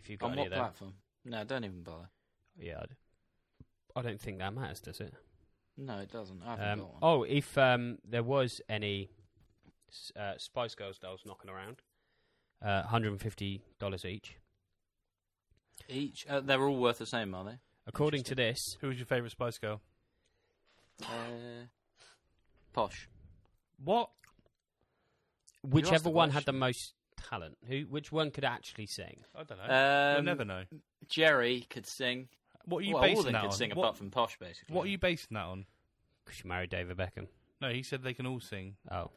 If you've got On any what of them, platform? No, don't even bother. yeah. I'd, I don't think that matters, does it? No, it doesn't. I haven't Um, got one. oh, if um, there was any s- uh, Spice Girls dolls knocking around, uh, $150 each. each. Uh, they're all worth the same, are they? According to this, Who was your favourite Spice Girl? Uh, posh. What? asked whichever the one had the question. most talent, who which one could actually sing? I don't know. You'll Um, never know. Jerry could sing. What are you well, all of basing them that could on? sing what, apart from Posh, basically. what are you basing that on? Because she married David Beckham. No, he said they can all sing. Oh,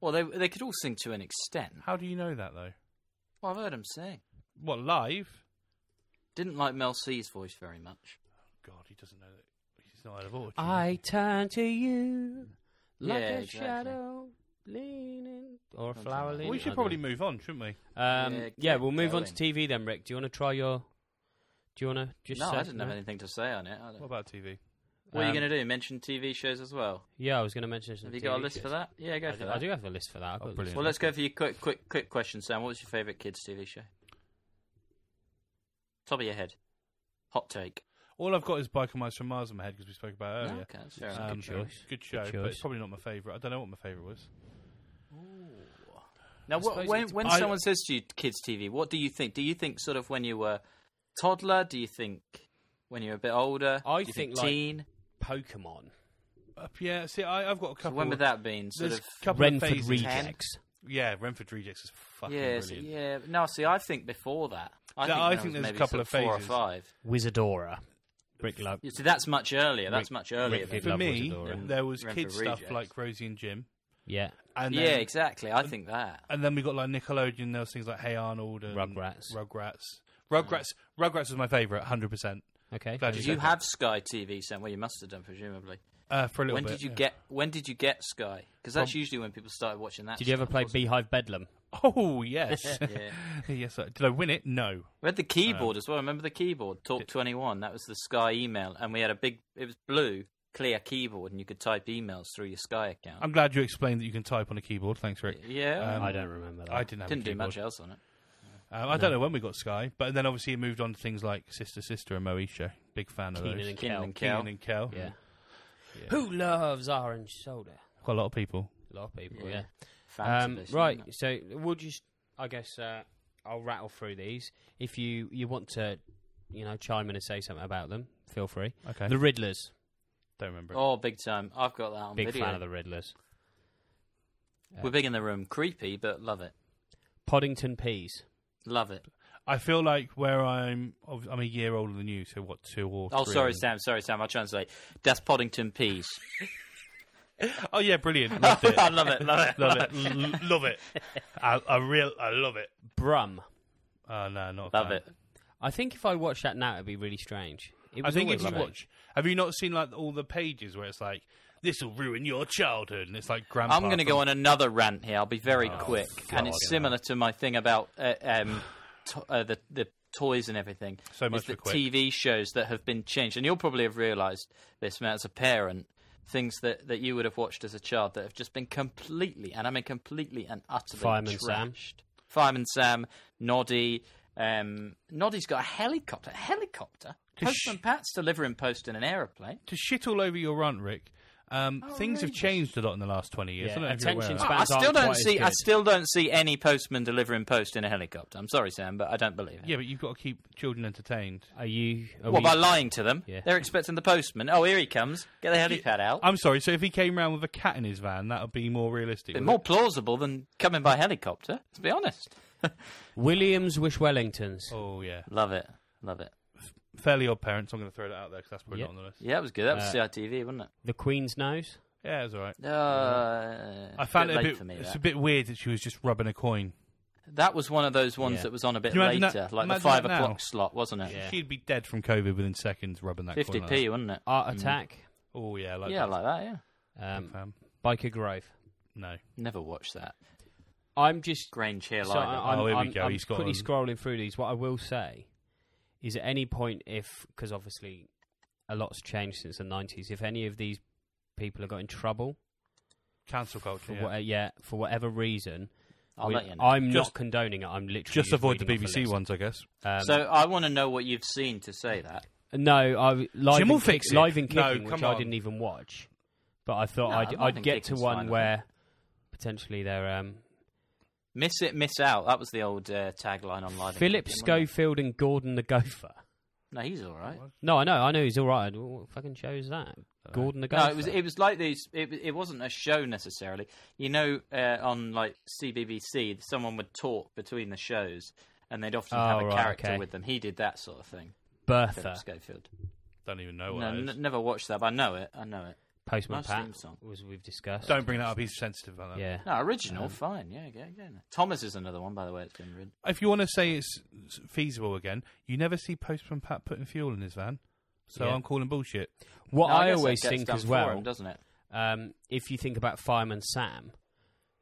Well, they they could all sing to an extent. How do you know that though? Well, I've heard them sing. What live? Didn't like Mel C's voice very much. God, he doesn't know that. He's not out of order. [laughs] I turn to you like Yeah, a exactly. shadow leaning or a Something flower like that. leaning. we should I probably don't move on, shouldn't we? know. Um, Yeah, yeah, keep we'll move on to going. TV then, Rick. Do you want to try your? Do you want to just? no, say I didn't have no? anything to say on it. I don't- What about TV? What are you Um, going to do? Mention TV shows as well? Yeah, I was going to mention. some Have you got a TV list for shows. that? Yeah, go I for do, that. I do have a list for that. I've got Oh, a list. brilliant. Well, let's go for your quick, quick, quick question, Sam. What was your favourite kids' TV show? Top of your head. Hot take. All I've got is Biker Mice from Mars in my head because we spoke about it No, earlier. Um, okay, that's fair Oh, It's a enough. good choice. Good Good show, but choice. it's probably not my favourite. I don't know what my favourite was. Now, suppose what, when, it's- when I- someone says to you kids' TV, what do you think? Do you think sort of when you were toddler? Do you think when you were a bit older? I Do you think, like, teen. Pokemon. Uh, yeah, see, I, I've got a So couple. when would that been? Sort There's of. a couple of Renford phases. Rejects. Yeah, Renford Rejects is fucking Yeah, so- brilliant. yeah. No, see, I think before that. Yeah, I think, I when think was there's a maybe couple sort of four or phases. five. Wizardora. Brick Love. You see, that's much earlier. That's Rick- much earlier. Rick than- Love For me, Isadora. there was Renford kid stuff Rejects. like Rosie and Jim, Yeah. and yeah, then, exactly. I think that. and then we got like Nickelodeon. There was things like Hey Arnold and Rugrats. Rugrats. Rugrats. Rugrats was my favourite, hundred percent. Okay. Glad Did said you that. have Sky TV, Sam? Well, you must have done, presumably. uh, for a little When bit? did you yeah. get? When did you get Sky? Because that's usually when people started watching that. Did you ever stuff, play wasn't it? Beehive Bedlam? [laughs] Oh yes, Yeah. [laughs] yes. I, did I win it? No. We had the Uh, keyboard as well. Remember the keyboard? Talk twenty one. That was the Sky email, and we had a big. It was blue, clear keyboard, and you could type emails through your Sky account. I'm glad you explained that you can type on a keyboard. Thanks, Rick. yeah, Um, I don't remember that. I didn't have didn't a do keyboard. much else on it. Um, I don't know when we got Sky, but then obviously it moved on to things like Sister Sister and Moesha. Big fan of Keenan those. and Keenan Kel. and Kel. Keenan and Kel. Yeah. Who loves orange soda? Quite a lot of people. A lot of people, Yeah. yeah. Fancy Um, this, right, isn't it? so we'll just, I guess, uh, I'll rattle through these. If you, you want to, you know, chime in and say something about them, feel free. Okay. The Riddlers. Don't remember. it. Oh, big time! I've got that on Big video. fan of the Riddlers. We're big in the room. Creepy, but love it. Poddington Peas. Love it. I feel like where I'm, ob- I'm a year older than you. So what, two or? Oh, three sorry, older? Sam. Sorry, Sam. I'll translate. That's Poddington Peas. Oh yeah, brilliant. I Loved [laughs] it. love it. [laughs] Love it. love it. L- love [laughs] it. I, I real. I love it. Brum. Oh no, not a Love fan. it. I think if I watched that now, it'd be really strange. It I was think if always you strange. watch, have you not seen like all the pages where it's like this will ruin your childhood, and it's like grandpa. I'm going to from- Oh, go on another rant here. I'll be very quick, and God. it's similar to my thing about uh, um, to- uh, the the toys and everything. So much is for that quick. TV shows that have been changed, and you'll probably have realised this Matt, as a parent. Things that, that you would have watched as a child that have just been completely, and I mean completely and utterly Fireman Sam. trashed. Fireman Sam, Noddy. Um, Noddy's got a helicopter. A helicopter? Postman Pat's delivering post in an aeroplane. to shit all over your runt, Rick. Um, things have changed a lot in the last twenty years. Yeah, I don't know if you're attention aware of span- that. Oh, Ah, fans I still aren't don't quite as see. I good. still don't see any postman delivering post in a helicopter. I'm sorry, Sam, but I don't believe it. Yeah, but you've got to keep children entertained. Are you. Are What we- by lying to them? Yeah. They're expecting the postman. Oh, here he comes. Get the helipad out. I'm sorry. So if he came round with a cat in his van, that would be more realistic. Bit wouldn't more plausible than coming by helicopter. Let's be honest. Williams Wish Wellingtons. it? Oh yeah, Love it. Love it. fairly odd parents. I'm going to throw that out there because that's probably Yeah. not on the list. Yeah, that was good. That was Uh, CITV, wasn't it? The Queen's Nose. Yeah, it was all right. Uh, I found bit it a late bit. for me. it's That. a bit weird that she was just rubbing a coin. that was one of those ones Yeah. that was on a bit Can you later, imagine that- like the imagine five that now? o'clock slot, wasn't it? Yeah. She'd be dead from COVID within seconds rubbing that. coin Fifty like p, that. wasn't it? Art Mm. Attack. Oh yeah, I like yeah, that. like that. Yeah. Um, Fam. Biker Grove. No. Never watched that. I'm just Grange Hill. so either. I- I'm, Oh, here we I'm- go, I'm he's got quickly them. scrolling through these. What I will say is, at any point, if because obviously a lot's changed since the '90s, if any of these people have got in trouble Cancel for culture. yeah. what, yeah, for whatever reason, I'll we- let you know. I'm Just- not condoning it. I'm literally Just avoid the reading off a BBC list. ones, I guess. Um, so I want to know what you've seen to say that. no, I w- live Jim in will Kick- fix it. live in No, kicking, which come I on. didn't even watch, but I thought No, I'd, Live in I'd get to Kicking's fine, I one think. where potentially they're um, Miss it, miss out. That was the old uh, tagline on live. in Philip Cooking, wasn't it? Schofield and Gordon the Gopher. No, he's all right. No, I know, I know he's all right. What fucking show is that? Gordon the Gopher. No, it was it was like these. It, it wasn't a show necessarily. You know, uh, on like CBBC, someone would talk between the shows, and they'd often Oh, have a right, character okay. with them. He did that sort of thing. Philip Bertha, Schofield. Don't even know what No, that is. n- never watched that, but I know it. I know it. Postman nice Pat, theme song. as we've discussed. Don't bring that up. He's sensitive about that. Yeah. No, original, fine. Yeah, yeah, yeah. Thomas is another one, by the way. It's been read. If you want to say it's it's feasible again, you never see Postman Pat putting fuel in his van. So Yeah. I'm calling bullshit. What No, I, guess that always gets think done as for well, him, doesn't it? um, if you think about Fireman Sam,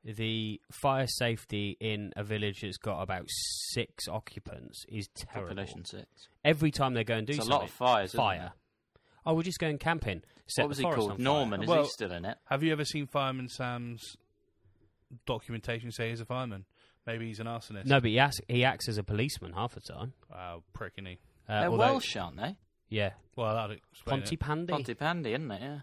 the fire safety in a village that's got about six occupants is terrible. Population six. Every time they go and do It's a something, lot of fires, isn't fire. there? Oh, we're just going camping. Set what was the he forest called? on fire. Norman. Is Well- he still in it? Have you ever seen Fireman Sam's documentation say he's a fireman? Maybe he's an arsonist. No, but he acts, he acts as a policeman half the time. Wow, prick, isn't he? Uh, They're although- Welsh, aren't they? Yeah, Well, that'd explain it. Pontypandy. Pontypandy, isn't it? Yeah.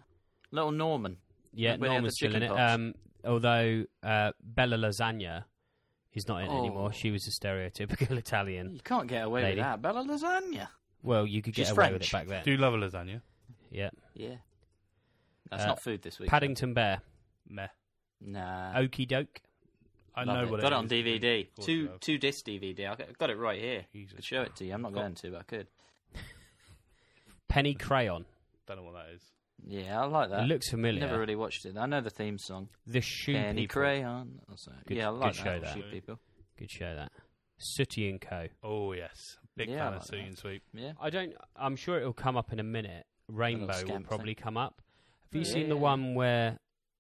Little Norman. yeah, where they had the Norman's still in it. chicken pox. Um, although uh, Bella Lasagna is not in it Oh. anymore. She was a stereotypical [laughs] Italian. You can't get away Lady. with that. Bella Lasagna. Well, you could get She's away with French. it back then. Do you love a lasagna? Yeah. Yeah. That's Uh, not food this week. Paddington Bear. Meh. Nah. Okie doke. I Love know it. what got it it on is. DVD. Of course you Two have. two disc DVD. I got- got it right here. Jesus could show it to you. I'm not Got- going to, but I could. Penny Crayon. Don't know what that is. Yeah, I like that. It looks familiar. Never really watched it. I know the theme song. The Shoe Penny People. Crayon. Also, Good- yeah, I like good that. show, that. Shoot people. Good show that. Sooty and Co. Oh yes, big Yeah, I fan like of Suit that. and Sweep. Yeah. I don't. I'm sure it'll come up in a minute. Rainbow will scamp probably come up. Have you Yeah. seen the one where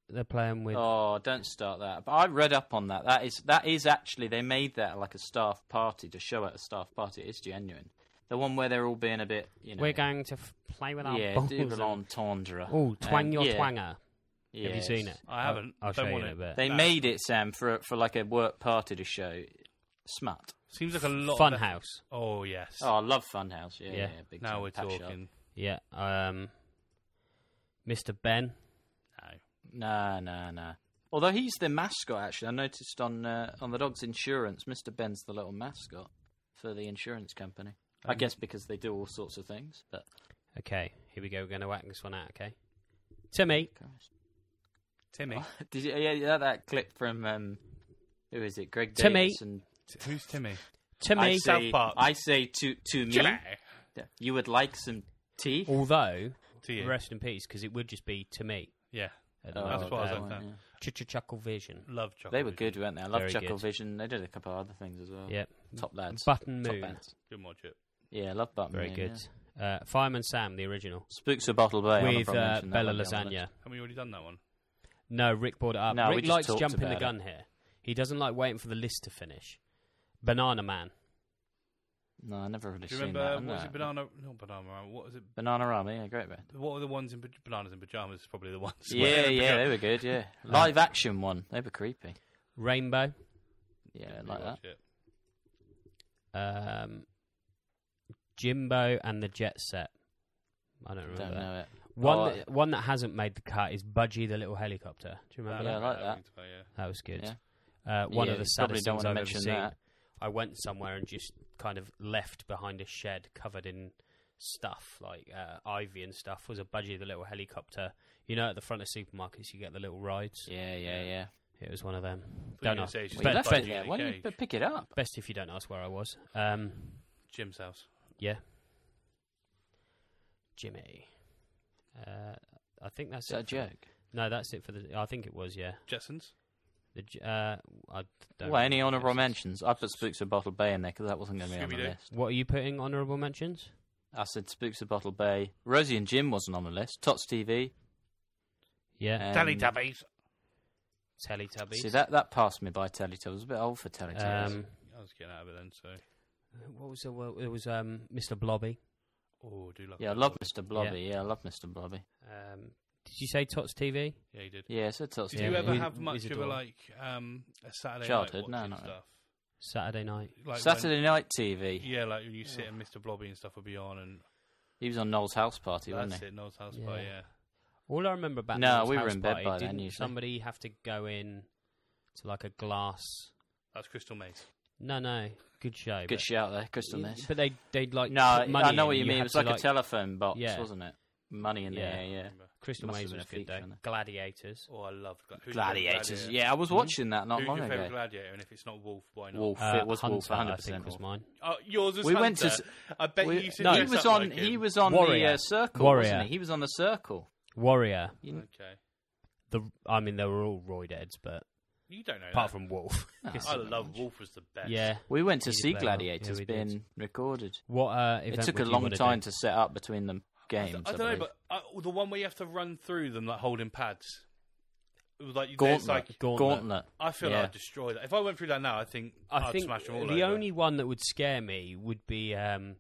they're playing with? Oh, don't start that. But I read up on that. That is that is actually they made that like a staff party to show at a staff party. It's genuine. The one where they're all being a bit, you know, We're going to f- play with our yeah, balls. double entendre. Oh, twang Um, your yeah, twanger. Have you yes. seen it? I haven't. I'll, I'll Don't show want you in a it. bit. They No. made it, Sam, for for like a work party to show. Smart. Seems like a lot. of effort. Funhouse. Oh yes. Oh, I love Funhouse. Yeah, yeah. Yeah. yeah, big now time. we're Pat Sharp. talking. Yeah. Um, Mr. Ben. No. No, no, no. Although he's the mascot, actually, I noticed on uh, on the dog's insurance, Mister Ben's the little mascot for the insurance company. Um, I guess because they do all sorts of things. But Okay, here we go. We're going to whack this one out. Okay. Timmy. Christ. Timmy. [laughs] did you, yeah, yeah, that clip from um, who is it? Greg Timmy. Davis and T- Who's Timmy? I Timmy. say, South Park. I say to to me, you would like some tea. Although, To you. rest in peace, because it would just be to me. Yeah. At the Oh, moment. That's what I was that like one, that. yeah. Ch- ch- chuckle vision. Love chocolate. They were good, weren't they? I love Very Chuckle good. Vision. They did a couple of other things as well. Yep. Top lads. Button Mm, Top Moon. bands. Didn't watch it. Yeah, I love Button Very Moon, good. yeah. Uh, Fireman Sam, the original, Spooks of Bottle Bay. I wanna with probably uh, mention that Bella one, the other one. Lasagna. Have we already done that one? No, Rick brought it up. No, we Rick just likes talked jumping the about gun here. He doesn't like waiting for the list to finish. Banana Man. No, I never really Do you seen remember that. what one, was no. it? Banana? No, banana. Rama, What was it? Banana Rama, yeah, great band. What were the ones in pa- bananas and pajamas? Probably the ones. Yeah, yeah, they were [laughs] good, yeah. Live action one. They were creepy. Rainbow. Yeah, like that. Um, Jimbo and the Jet Set. I don't remember. Don't that. know it. One, Oh, that, one that hasn't made the cut is Budgie the Little Helicopter. Do you remember Yeah, that? I like that. Yeah. That was good. Uh, one Yeah, of the you probably saddest don't things I've wanna ever seen. mention that. I went somewhere and just kind of left behind a shed covered in stuff like uh, ivy and stuff. Was a budgie the little helicopter? You know, at the front of supermarkets, you get the little rides. Yeah, yeah, yeah. It was one of them. you were Don't gonna know. say it's just Well, you Be- left Budgie it in there. a Why don't you cage. but pick it up? best if you don't ask where I was. Um, Jim's house. yeah, Jimmy. Uh, I think that's Is that a it. for- joke? No, that's it for the. I think it was. Yeah. Jetsons. The j- uh, I don't Well, any remember. honourable mentions? I put Spooks of Bottle Bay in there because that wasn't going to be on the Scooby-Doo. list. What are you putting honourable mentions? I said Spooks of Bottle Bay. Rosie and Jim wasn't on the list. Tots TV. Yeah, um, Teletubbies. Teletubbies. See, that, that passed me by Teletubbies. I was a bit old for Teletubbies. Um, I was getting out of it then. So. what was the word? It was um, Mr. Blobby. Oh, I do love. yeah, I that love one. Mr. Blobby. Yeah. I love Mr. Blobby. Um, did you say Tots TV? Yeah, you did. Yeah, I said Tots Did Yeah, you TV. ever we- have we much did of a all. like um, a Saturday Childhood? Night No, watching not really. stuff? Saturday night. Like when- Saturday Night TV. yeah, like when you sit and Mr. Blobby and stuff would be on, and He was on Noel's House Party, wasn't that's he? it. Noel's house Yeah. party. Yeah. All I remember about No, Nan's we were house in bed party, by then, didn't usually. Somebody have to go in to like a glass That's Crystal Maze. No, no, good show. Good but- shout there, Crystal Maze. But they they'd like No, put money I know in. what you mean. had It was to, like, a telephone box, Yeah. wasn't it? Money in Yeah. the air, yeah. Crystal must Maze have was a been a good day. feature, Gladiators. Oh, I love Gla- who's your favourite Gladiators. Gladiator? Yeah, I was watching that not Who's long your ago. favourite gladiator? And if it's not Wolf, why not? Wolf. Uh, it was Hunter, Wolf. 100 I think was mine. Oh, yours is We went to Hunter. I bet We- you. no, he suggest was that on. like him. he was on the Warrior. uh, circle, Warrior. wasn't he? He was on the circle. Warrior. Okay. The I mean they were all roidheads, but You don't know. apart that. from Wolf. [laughs] No, I not love much. Wolf was the best. yeah. We went to He did see play well. Yeah, Gladiators we did. being recorded. What uh, event it took would a you long wanna time do? to set up between the I, games. don't know, believe. but uh, the one where you have to run through them like holding pads. It was like there's Gauntlet. like Gauntlet. Gauntlet. I feel yeah. like I'd destroy that. If I went through that now, I think I I would think smash them all the over. only one that would scare me would be um,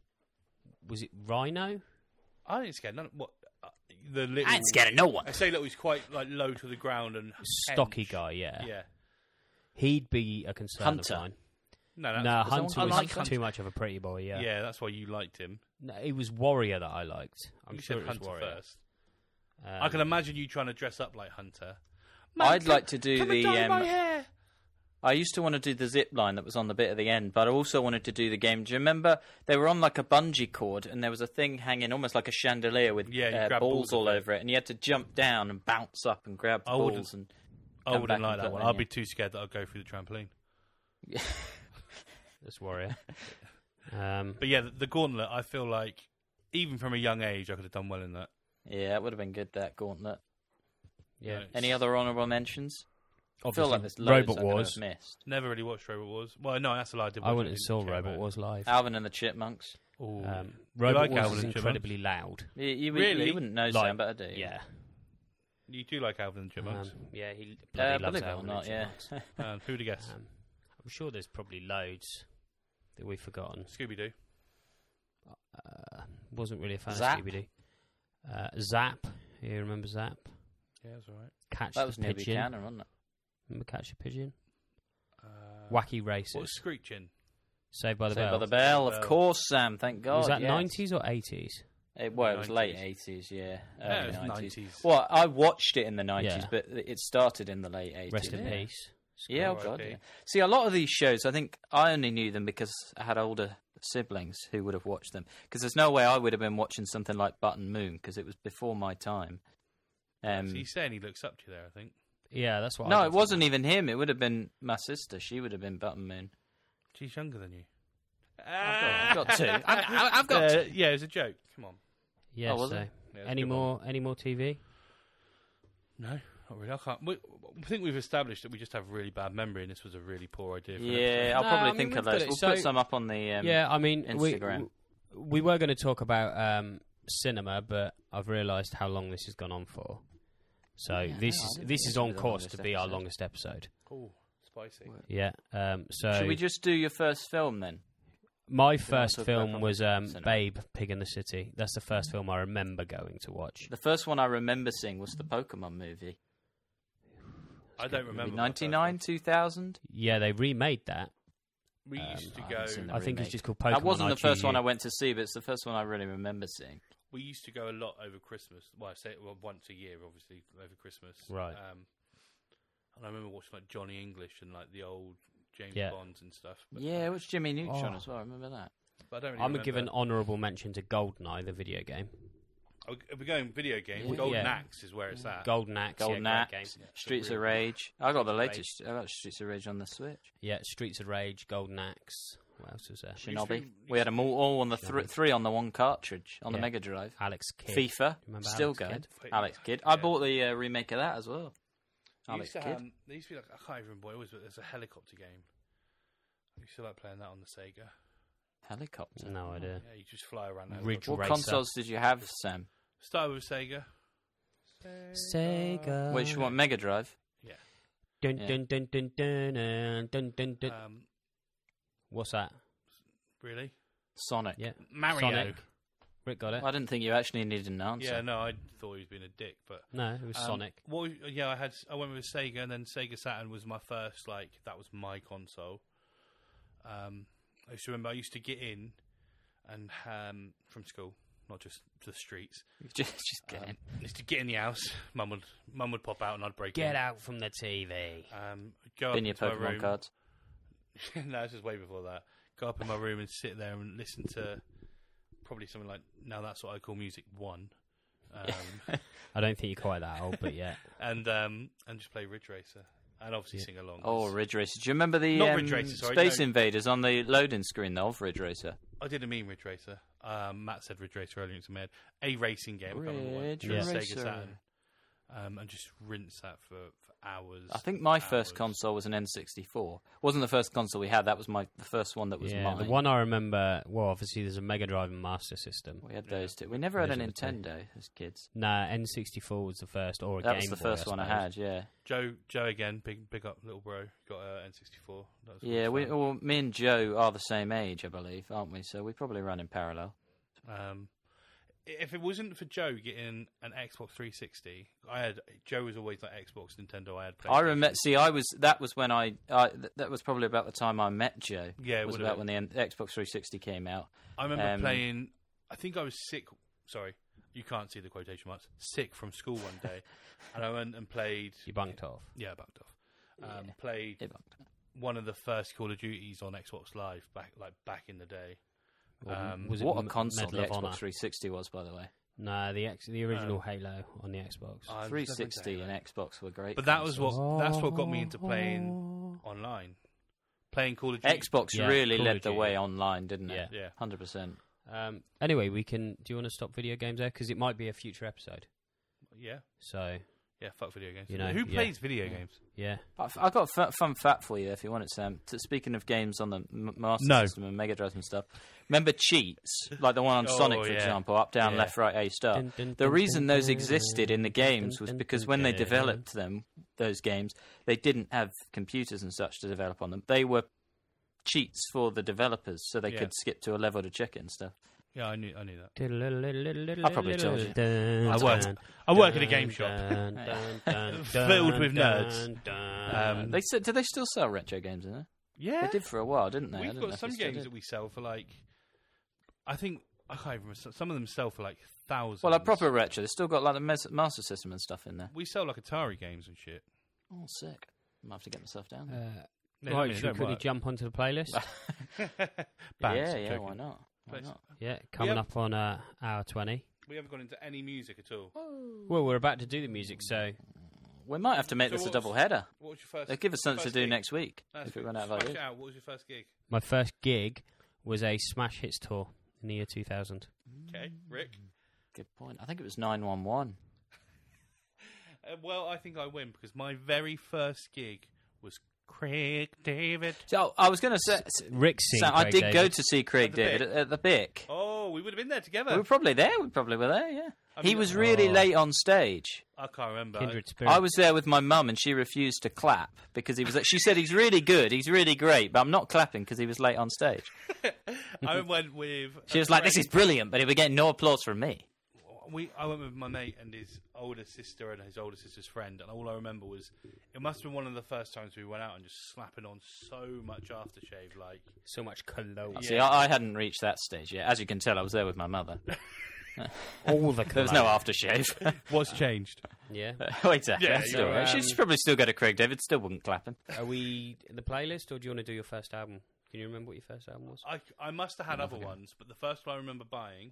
was it Rhino? I didn't scare none. of- What uh, the little? I ain't scared of no one. I say little. He's quite like low to the ground and Stocky hench. guy, yeah. Yeah. He'd be a concern Hunter. of mine. No, No, that's, someone- Hunter I was like too much of a pretty boy. Yeah, yeah. that's why you liked him. No, it was Warrior that I liked. I'm you sure said it was Hunter Warrior. first. Um, I can imagine you trying to dress up like Hunter. I'd like to do come the. and dye my um, hair. I used to want to do the zip line that was on the bit at the end, but I also wanted to do the game. Do you remember they were on like a bungee cord and there was a thing hanging almost like a chandelier with Yeah, you uh, grab balls balls off all it. over it, and you had to jump down and bounce up and grab the I wouldn't- balls. And I come wouldn't back like and that put one. them I'd in. be too scared that I'd go through the trampoline. That's [laughs] Warrior. um, But yeah, the, the gauntlet. I feel like even from a young age, I could have done well in that. yeah, it would have been good that gauntlet. yeah, Right. Any other honourable mentions? I Obviously, feel like there's loads Robot I could Wars. have missed. Never really watched Robot Wars. Well, no, that's a lie. I did I watch went it, and didn't saw care Robot about Wars live. Alvin and the Chipmunks. it. Ooh. Um, You like Robot Alvin Wars is and the incredibly loud. You, you, Really? you wouldn't know, Sam, but I do. Yeah, Chipmunks? You do like Alvin and the Chipmunks. Um, yeah, he bloody Uh, loves believe it or Alvin and not, yeah. Chipmunks. Um, who'd have guessed? Um, I'm sure there's probably loads that we've forgotten. Scooby Doo. Uh, wasn't really a fan Zap. of Scooby Doo. Uh, Zap, you remember Zap? Yeah, that's all right. Catch that the was near pigeon. Buchanan, wasn't it? Remember Catch the Pigeon? Uh, Wacky Races. What was Screeching? Saved by the Saved Bell. by the Bell, of Bell. course, Sam. Thank God. was that yes. 90s or 80s? It, well, it was 90s. late eighties, yeah, Yeah, it early was nineties. 90s. Well, I watched it in the nineties, Yeah. but it started in the late eighties. Rest in yeah. peace. Yeah, oh R.I.P. god. Yeah. See, a lot of these shows, I think I only knew them because I had older siblings who would have watched them. Because there's no way I would have been watching something like Button Moon because it was before my time. so Um, you're saying he looks up to you there, I think. Yeah, that's what. I no, was it thinking. wasn't even him. It would have been my sister. She would have been Button Moon. She's younger than you. I've got two. I've, I've I've got Uh, two. yeah, it's a joke. Come on. Yeah. Oh, was so, it? Yeah, it's a any good one. more? Any more TV? No, not really. I can't. We, I think we've established that we just have really bad memory, and this was a really poor idea. For an Yeah, I'll No, probably I mean, think we've of got those. it. We'll So- put some up on the. Um, yeah, I mean, we- Instagram. We, we were going to talk about um, cinema, but I've realised how long this has gone on for. So Yeah, this no, I is didn't this think is it on was the course longest to be our episode. longest episode. episode. Ooh, spicy. Yeah. Um, so Should we just do your first film then? my wanna first talk about film from was um, cinema? Babe, Pig in the City. That's the first film I remember going to watch. The first one I remember seeing was the Pokemon movie. I don't remember. my first Ninety nine, one. two thousand. Yeah, they remade that. We Um, used to I haven't seen go. that. I think it's remake. just called Pokemon. That wasn't the first one I IGU. went to see, but it's the first one I really remember seeing. We used to go a lot over Christmas. Well, I say well, once a year, obviously over Christmas. Right. Um, and I remember watching like Johnny English and like the old James Yeah. Bonds and stuff. But, Yeah, it was Jimmy Neutron Oh. as well. I remember that. but I don't. Really I'm gonna remember. give an honourable mention to GoldenEye, the video game. Are we- are we Oh, going video games? Yeah. Golden Yeah. Axe is where it's at. Golden Axe, Golden yeah, great Axe, game. Streets of real- Rage. I got the latest. I got Streets of Rage on the Switch. Yeah, Streets of Rage, Golden Axe. What else was there? Shinobi. three- We had them all, all on the thr Shinobi. three on the one cartridge on the Yeah. Mega Drive. Alex Kidd. FIFA. Remember Still Alex going. Kidd? Alex Kidd. I Yeah. bought the uh, remake of that as well. They Alex used to Kidd. have- they used to be like I can't even remember what it was, but there's a helicopter game. I used to like playing that on the Sega. Helicopter. No idea. Yeah, you just fly around. that Ridge helicopter. What Racer. consoles did you have, Sam? Started with Sega. Sega. Which one? Mega Drive. Yeah. Dun, Yeah. dun, dun, dun, dun, dun, dun, dun, dun. Um, Uh, What's that? really? Sonic. Yeah. Mario. Sonic. Rick got it. I didn't think you actually needed an answer. Yeah, no, I thought he was being a dick, but No, it was um, Sonic. What? was- Yeah, I had. I went with Sega, and then Sega Saturn was my first. Like that was my console. Um, I used to remember I used to get in, and um, from school, not just the streets. [laughs] just, just Um, kidding. used to get in the house. Mum would, mum would pop out, and I'd break in. Get out from the TV. Um, go up in your into my Pokemon room. cards. [laughs] no, this is way before that. Go up in my room and sit there and listen to probably something like now that's what I call music one, [laughs] um, I don't think you're quite that old, but yeah. and um, and just play Ridge Racer and obviously sing along. Oh, Ridge Racer. Do you remember the Not Ridge um, Racer, sorry, Space no. Invaders on the loading screen though of Ridge Racer? I didn't mean Ridge Racer. Um, Matt said Ridge Racer earlier. It's a mad a racing game. I can't remember what. Ridge for Sega Racer. Saturn. Um, and just rinse that for, for hours. I think my first hours. console was an N64. Wasn't the first console we had. That was my the first one that [laughs] was yeah, mine. the one I remember. Well, obviously there's a Mega Drive and Master System. we had those two. We never had a Those were the two. Nintendo as kids. Nah, N64 was the first, or a That Game was the Boy, first one I suppose. had. Yeah, Joe Joe again. Big big up little bro. Got uh, N64. That was yeah. good We fun. well, me and Joe are the same age, I believe, aren't we? So we probably run in parallel. Um, if it wasn't for Joe getting an Xbox 360, I had Joe was always like Xbox, Nintendo. I had. I PlayStation. remember. See, I was that was when I, I th- that was probably about the time I met Joe. Yeah, it it was would've about been. when the N- Xbox 360 came out. I remember um, playing. I think I was sick. Sorry, you can't see the quotation marks. Sick from school one [laughs] day, and I went and played. You bunked off. Yeah, backed off. Um, Played It- one of the first Call of Duties on Xbox Live back like back in the day. Um, was it what a M- console Medal the of Xbox Uh, Honor? 360 was, by the way. Nah, the X, the original Halo on the Xbox. I was 360 definitely- and Xbox were great. But that was consoles. what that's what got me into playing online, playing Call of Duty. Xbox Yeah, really Call led of the Duty. way online, didn't it? Yeah. hundred percent. Um, anyway, we can. Do you want to stop video games there? Because it might be a future episode. Yeah, So yeah. Fuck video games. You know, Who yeah. plays video games? yeah, I've I've got a fu- fun fact for you there if you want it, Sam. T- Speaking of games on the M- Master No. System and Mega Drive and stuff, remember cheats? Like the one on Oh, Sonic, for yeah. example, up, down, Yeah. left, right, A star. Dun, dun, the dun, reason dun, those dun, existed in the dun, dun, games was dun, because dun, when they dun. developed them, those games, they didn't have computers and such to develop on them. They were cheats for the developers so they Yeah. could skip to a level to check it and stuff. Yeah, I knew I knew that. I probably told you. I worked I work at a game uh, shop. [laughs] [laughs] Filled with nerds. Um, They said, do they still sell retro games in there? yeah, They did for a while, didn't they? I we've don't know got if some they still games do. that we sell for like. I think I can't even. remember. Some of them sell for like thousands. Well, like proper retro. They've still got like the mes- Master System and stuff in there. We sell like Atari games and shit. Oh, sick. I might have to get myself down there. Uh, Right, They don't- they should we don't quickly work. jump onto the playlist? [laughs] Bans, yeah, I'm yeah, joking. why not? Why Place- not? yeah, coming Yep. up on uh, hour 20. [laughs] We haven't gone into any music at all. Well, we're about to do the music, so We might have to make So this a what's- double header. What was your first? They'll give us something to first do gig? next week That's if we good. run out of Smash it ideas. out. What was your first gig? my first gig was a Smash Hits tour in the year 2000. Okay, Rick. Good point. I think it was 911. Uh, well, I think I win because my very first gig was Craig David. So I was going to say, Rick seen Sam, I Craig did go David. to see Craig At the David Bic. at, at the Bic. Oh, we would have been there together. We were probably there. We probably were there. Yeah. I he mean, was really Oh. late on stage. I can't remember. Kindred Spirit. I was there with my mum, and she refused to clap because he was. She said he's really good, he's really great, but I'm not clapping because he was late on stage. I went with. [laughs] uh, She was like, "This is brilliant," but he was getting no applause from me. We, I went with my mate and his older sister and his older sister's friend, and all I remember was it must have been one of the first times we went out and just slapping on so much aftershave. Like, so much cologne. See, I, I hadn't reached that stage yet. As you can tell, I was there with my [laughs] mother. All the cologne. [laughs] There was no aftershave. [laughs] what's changed? Yeah. oh, exactly. Yeah, That's you're all right. right. She's probably still go to Craig David. Still wouldn't clap him. Are we in the playlist, or do you want to do your first album? Can you remember what your first album was? I, I must have had other ones, but the first one I remember buying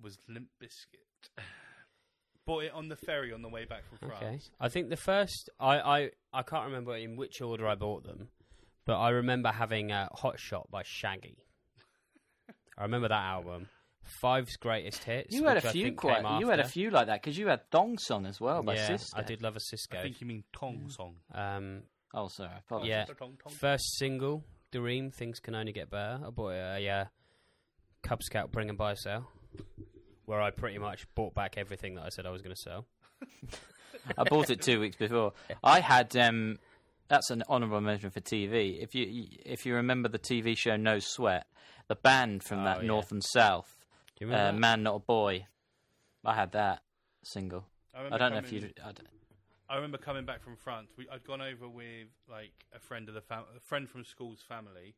was Limp Biscuit. [sighs] Bought it on the ferry on the way back from France. Okay. I think the first I, I I can't remember in which order I bought them, but I remember having uh, Hot Shot by Shaggy. I remember that album. Five's greatest hits. You had a which I few think quite. came You had a after. few like that because you had Thong Song as well by yeah, Sister. I did love a I Cisco. think you mean Tong Song. Um, Oh, sorry. I apologize. yeah. Tong, tong. First single, Dream. Things can only get better. I bought a uh, Cub Scout bring and buy sale, where I pretty much bought back everything that I said I was going to sell. I bought it two weeks [laughs] before. I had. Um, that's an honourable mention for TV. If you if you remember the TV show No Sweat, the band from that yeah. North and South, Do you uh, remember? that? Man Not a Boy, I had that single. remember I don't know if coming- you. I don't- I remember coming back from France. We, I'd gone over with like a friend of the fam- a friend from school's family,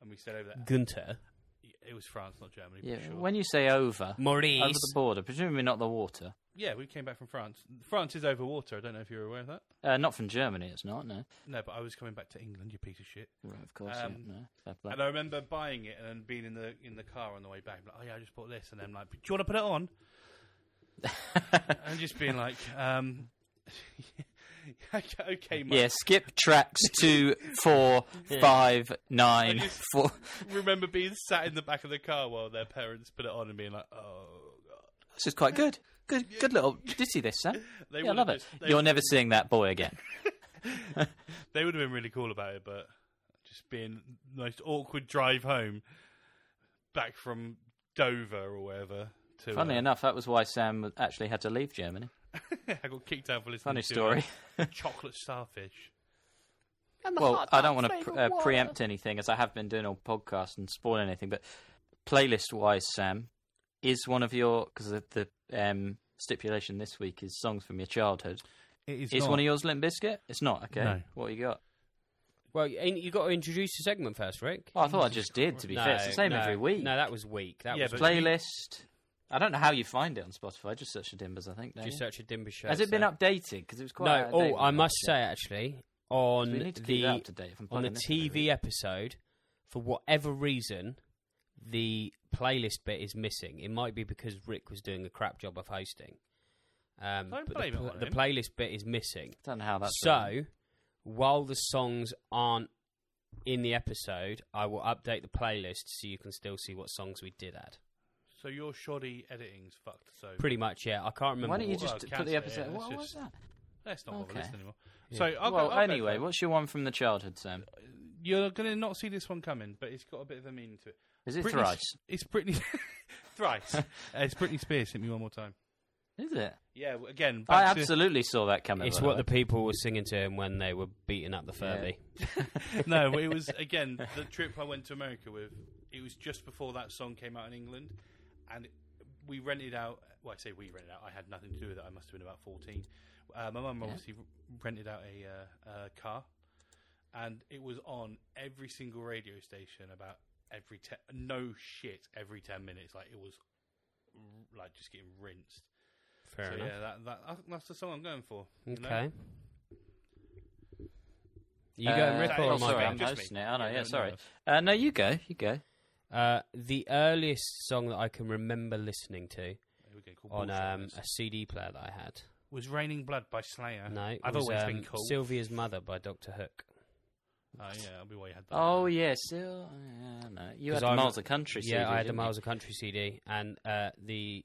and we stayed over there. Gunter. it was France, not Germany. Yeah. for sure. When you say over, over Maurice. the border, presumably not the water. yeah, we came back from France. France is over water. I don't know if you're aware of that. Uh, not from Germany, it's not. No, No, but I was coming back to England. You piece of shit. right, of course. Um, yeah, no. Fair play. And I remember buying it and then being in the in the car on the way back. Like, oh yeah, I just bought this, and then like, do you want to put it on? and just being like, um, [laughs] okay, mate. Yeah, skip tracks two, [laughs] four, five, nine, four. Remember being sat in the back of the car while their parents put it on and being like, oh. This is quite good. Good, good little ditty. This, Sam. They yeah, I would've love it. just- they You're would've never been- seeing that boy again. They would have been really cool about it, but just being the most awkward drive home back from Dover or wherever. To, Funnily uh, enough, that was why Sam actually had to leave Germany. [laughs] I got kicked out for listening Funny to story. uh, [laughs] chocolate starfish. Well, I don't want to pr- uh, preempt anything, as I have been doing all podcasts and spoil anything. But playlist-wise, Sam is one of your because the, the um, stipulation this week is songs from your childhood. It is one of yours Limp Biscuit? It's not. Okay, No. what you got? Well, you ain't- you got to introduce the segment first, Rick. Oh, I thought I just did. To be fair, it's the same no, every week. No, that was weak. That Yeah, was but- weak. playlist. I don't know how you find it on Spotify. Just search the Dimbers, I think. don't Just you? search a Dimber show. Has it been so- updated? Because it was quite. No. outdated Oh, when I must watched say it. actually on we need to keep that the up to date. If I'm on a plugging this every TV week. episode, for whatever reason, the playlist bit is missing. It might be because Rick was doing a crap job of hosting. Um, Don't but blame it the, pl- on the him. playlist bit is missing. I don't know how that's so, relevant. while the songs aren't in the episode, I will update the playlist so you can still see what songs we did add. So your shoddy editing's fucked. So Pretty much, yeah. I can't remember. Why don't you what- just Well, put cancel the it, episode? yeah, what let's was just- that? let's not bother Okay. listening anymore. So I'll well, go, I'll go anyway, first. what's your one from the childhood, Sam? you're going to not see this one coming, but it's got a bit of a meaning to it. Is it Britney- thrice? It's Britney. [laughs] [laughs] thrice. Uh, it's Britney Spears. Hit me one more time. Is it? Yeah, well, again. I back to- absolutely saw that coming. It's by what the the people were singing to him when they were beating up the Furby. no, [laughs] it was again the trip I went to America with. It was just before that song came out in England, and it- we rented out. Well, I say we rented out. I had nothing to do with it. I must have been about fourteen. Uh, my mum obviously rented out a uh, uh, car, and it was on every single radio station about every ten. No shit, every ten minutes. Like it was r- like just getting rinsed. Fair so enough. yeah, that, that I think that's the song I'm going for. you know? Okay. You Uh, go, Rick, or oh, am I sorry, going? I'm Just hosting me. it. aren't I Yeah, yeah, no, no, sorry. no. Uh, no, you go. You go. Uh, the earliest song that I can remember listening to Here we go, called on Bullshit um, Wars. a CD player that I had. was Raining Blood by Slayer. No, it I've was, always um, been cool. Sylvia's Mother by Doctor Hook. Oh yeah, that'll be why you had that. Oh yeah, still. Uh, no. You had 'Cause the I'm- miles of country. yeah, CD, I had the didn't Miles you? of Country CD, and uh, the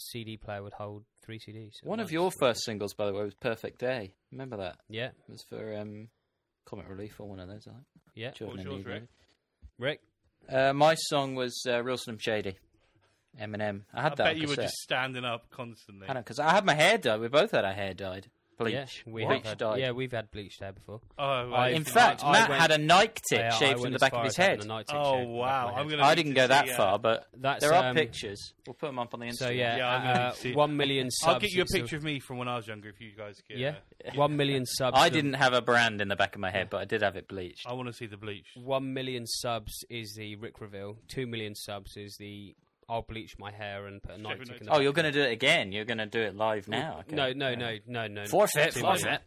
CD player would hold three CDs. at One of once. your first singles, by the way, was "Perfect Day." Remember that? yeah, It was for um, Comet Relief or one of those. I think. yeah, Children was in yours, Need, Rick? maybe. Rick. Uh, my song was uh, "Real Slim Shady." Eminem. I had I that. bet on you were cassette. just standing up constantly. I know because I had my hair dyed. We both had our hair dyed. Bleach. Yeah, we Bleach have had, dyed. yeah, we've had bleach there before. Oh, I- right. In fact, I- I Matt went- had a Nike tip Yeah, I shaved went from the as back far of his as having head. a night tick oh shaved from the back wow, of my I'm head. gonna. I need didn't to go that see, uh, far, but That's, there are um, pictures. We'll put them up on the Instagram. So yeah, Yeah, I'm gonna uh, see. one million subs. I'll get you a is still- picture of me from when I was younger if you guys get. Yeah, uh, one million subs. [laughs] I of- didn't have a brand in the back of my head, but I did have it bleached. Oh, I want to see the bleach. One million subs is the Rick reveal. Two million subs is the I'll bleach my hair and put a night Shave tick it in the Oh, you're going to do it again? You're going to do it live now? Okay. No, no, no, no, no. Forfeit, Two forfeit. million-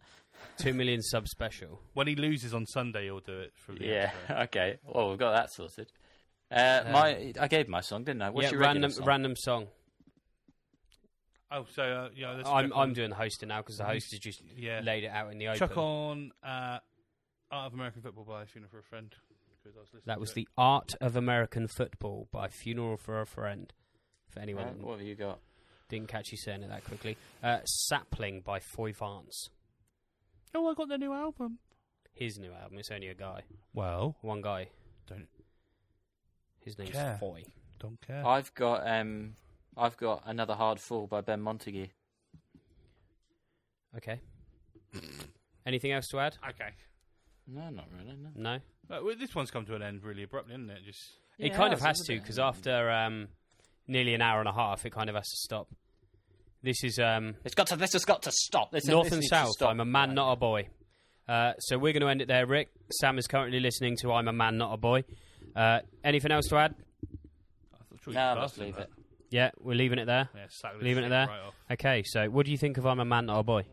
two million sub special. When he loses on Sunday, he'll do it from the. Yeah. outro. [laughs] Okay. Well, we've got that sorted. Uh, my, I gave my song, didn't I? What's Um, yeah, your regular random song? random song. Oh, so uh, yeah, let's I'm chuck I'm on- doing the hosting now because the host has just Yeah. laid it out in the chuck open. on uh, Art of American Football by Funeral for a Friend. 'cause I was listening That to was it. the Art of American Football by Funeral for a Friend. For Uh, anyone that what have you got? didn't catch you saying it that quickly, uh, Sapling by Foy Vance. Oh, I got their new album. His new album. It's only a guy, Well, one guy. Don't- His name's Care. Foy. don't care. [laughs] I've got um, I've got another hard fall by Ben Montague. Okay. Anything else to add? Okay, No, not really. No. No. Uh, well, this one's come to an end really abruptly, isn't it? Just Yeah, it kind of it's a has to little bit- because after um, nearly an hour and a half, it kind of has to stop. This is um, It's got to. This has got to stop. This North this and needs to South. stop. I'm a man, Right. not a boy. Uh, so we're going to end it there, Rick. Sam is currently listening to "I'm a Man, Not a Boy." Uh, anything else to add? Sure you No, could let's ask them leave that. it. Yeah, we're leaving it there. Yeah, sack this Leaving it shit there. Right off. Okay, so what do you think of I'm a Man, Not a Boy?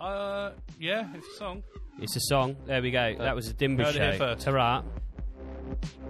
Uh, yeah, it's a song. It's a song. There we go. That was a Dimble Uh, Heard it here show. first. Ta-ra.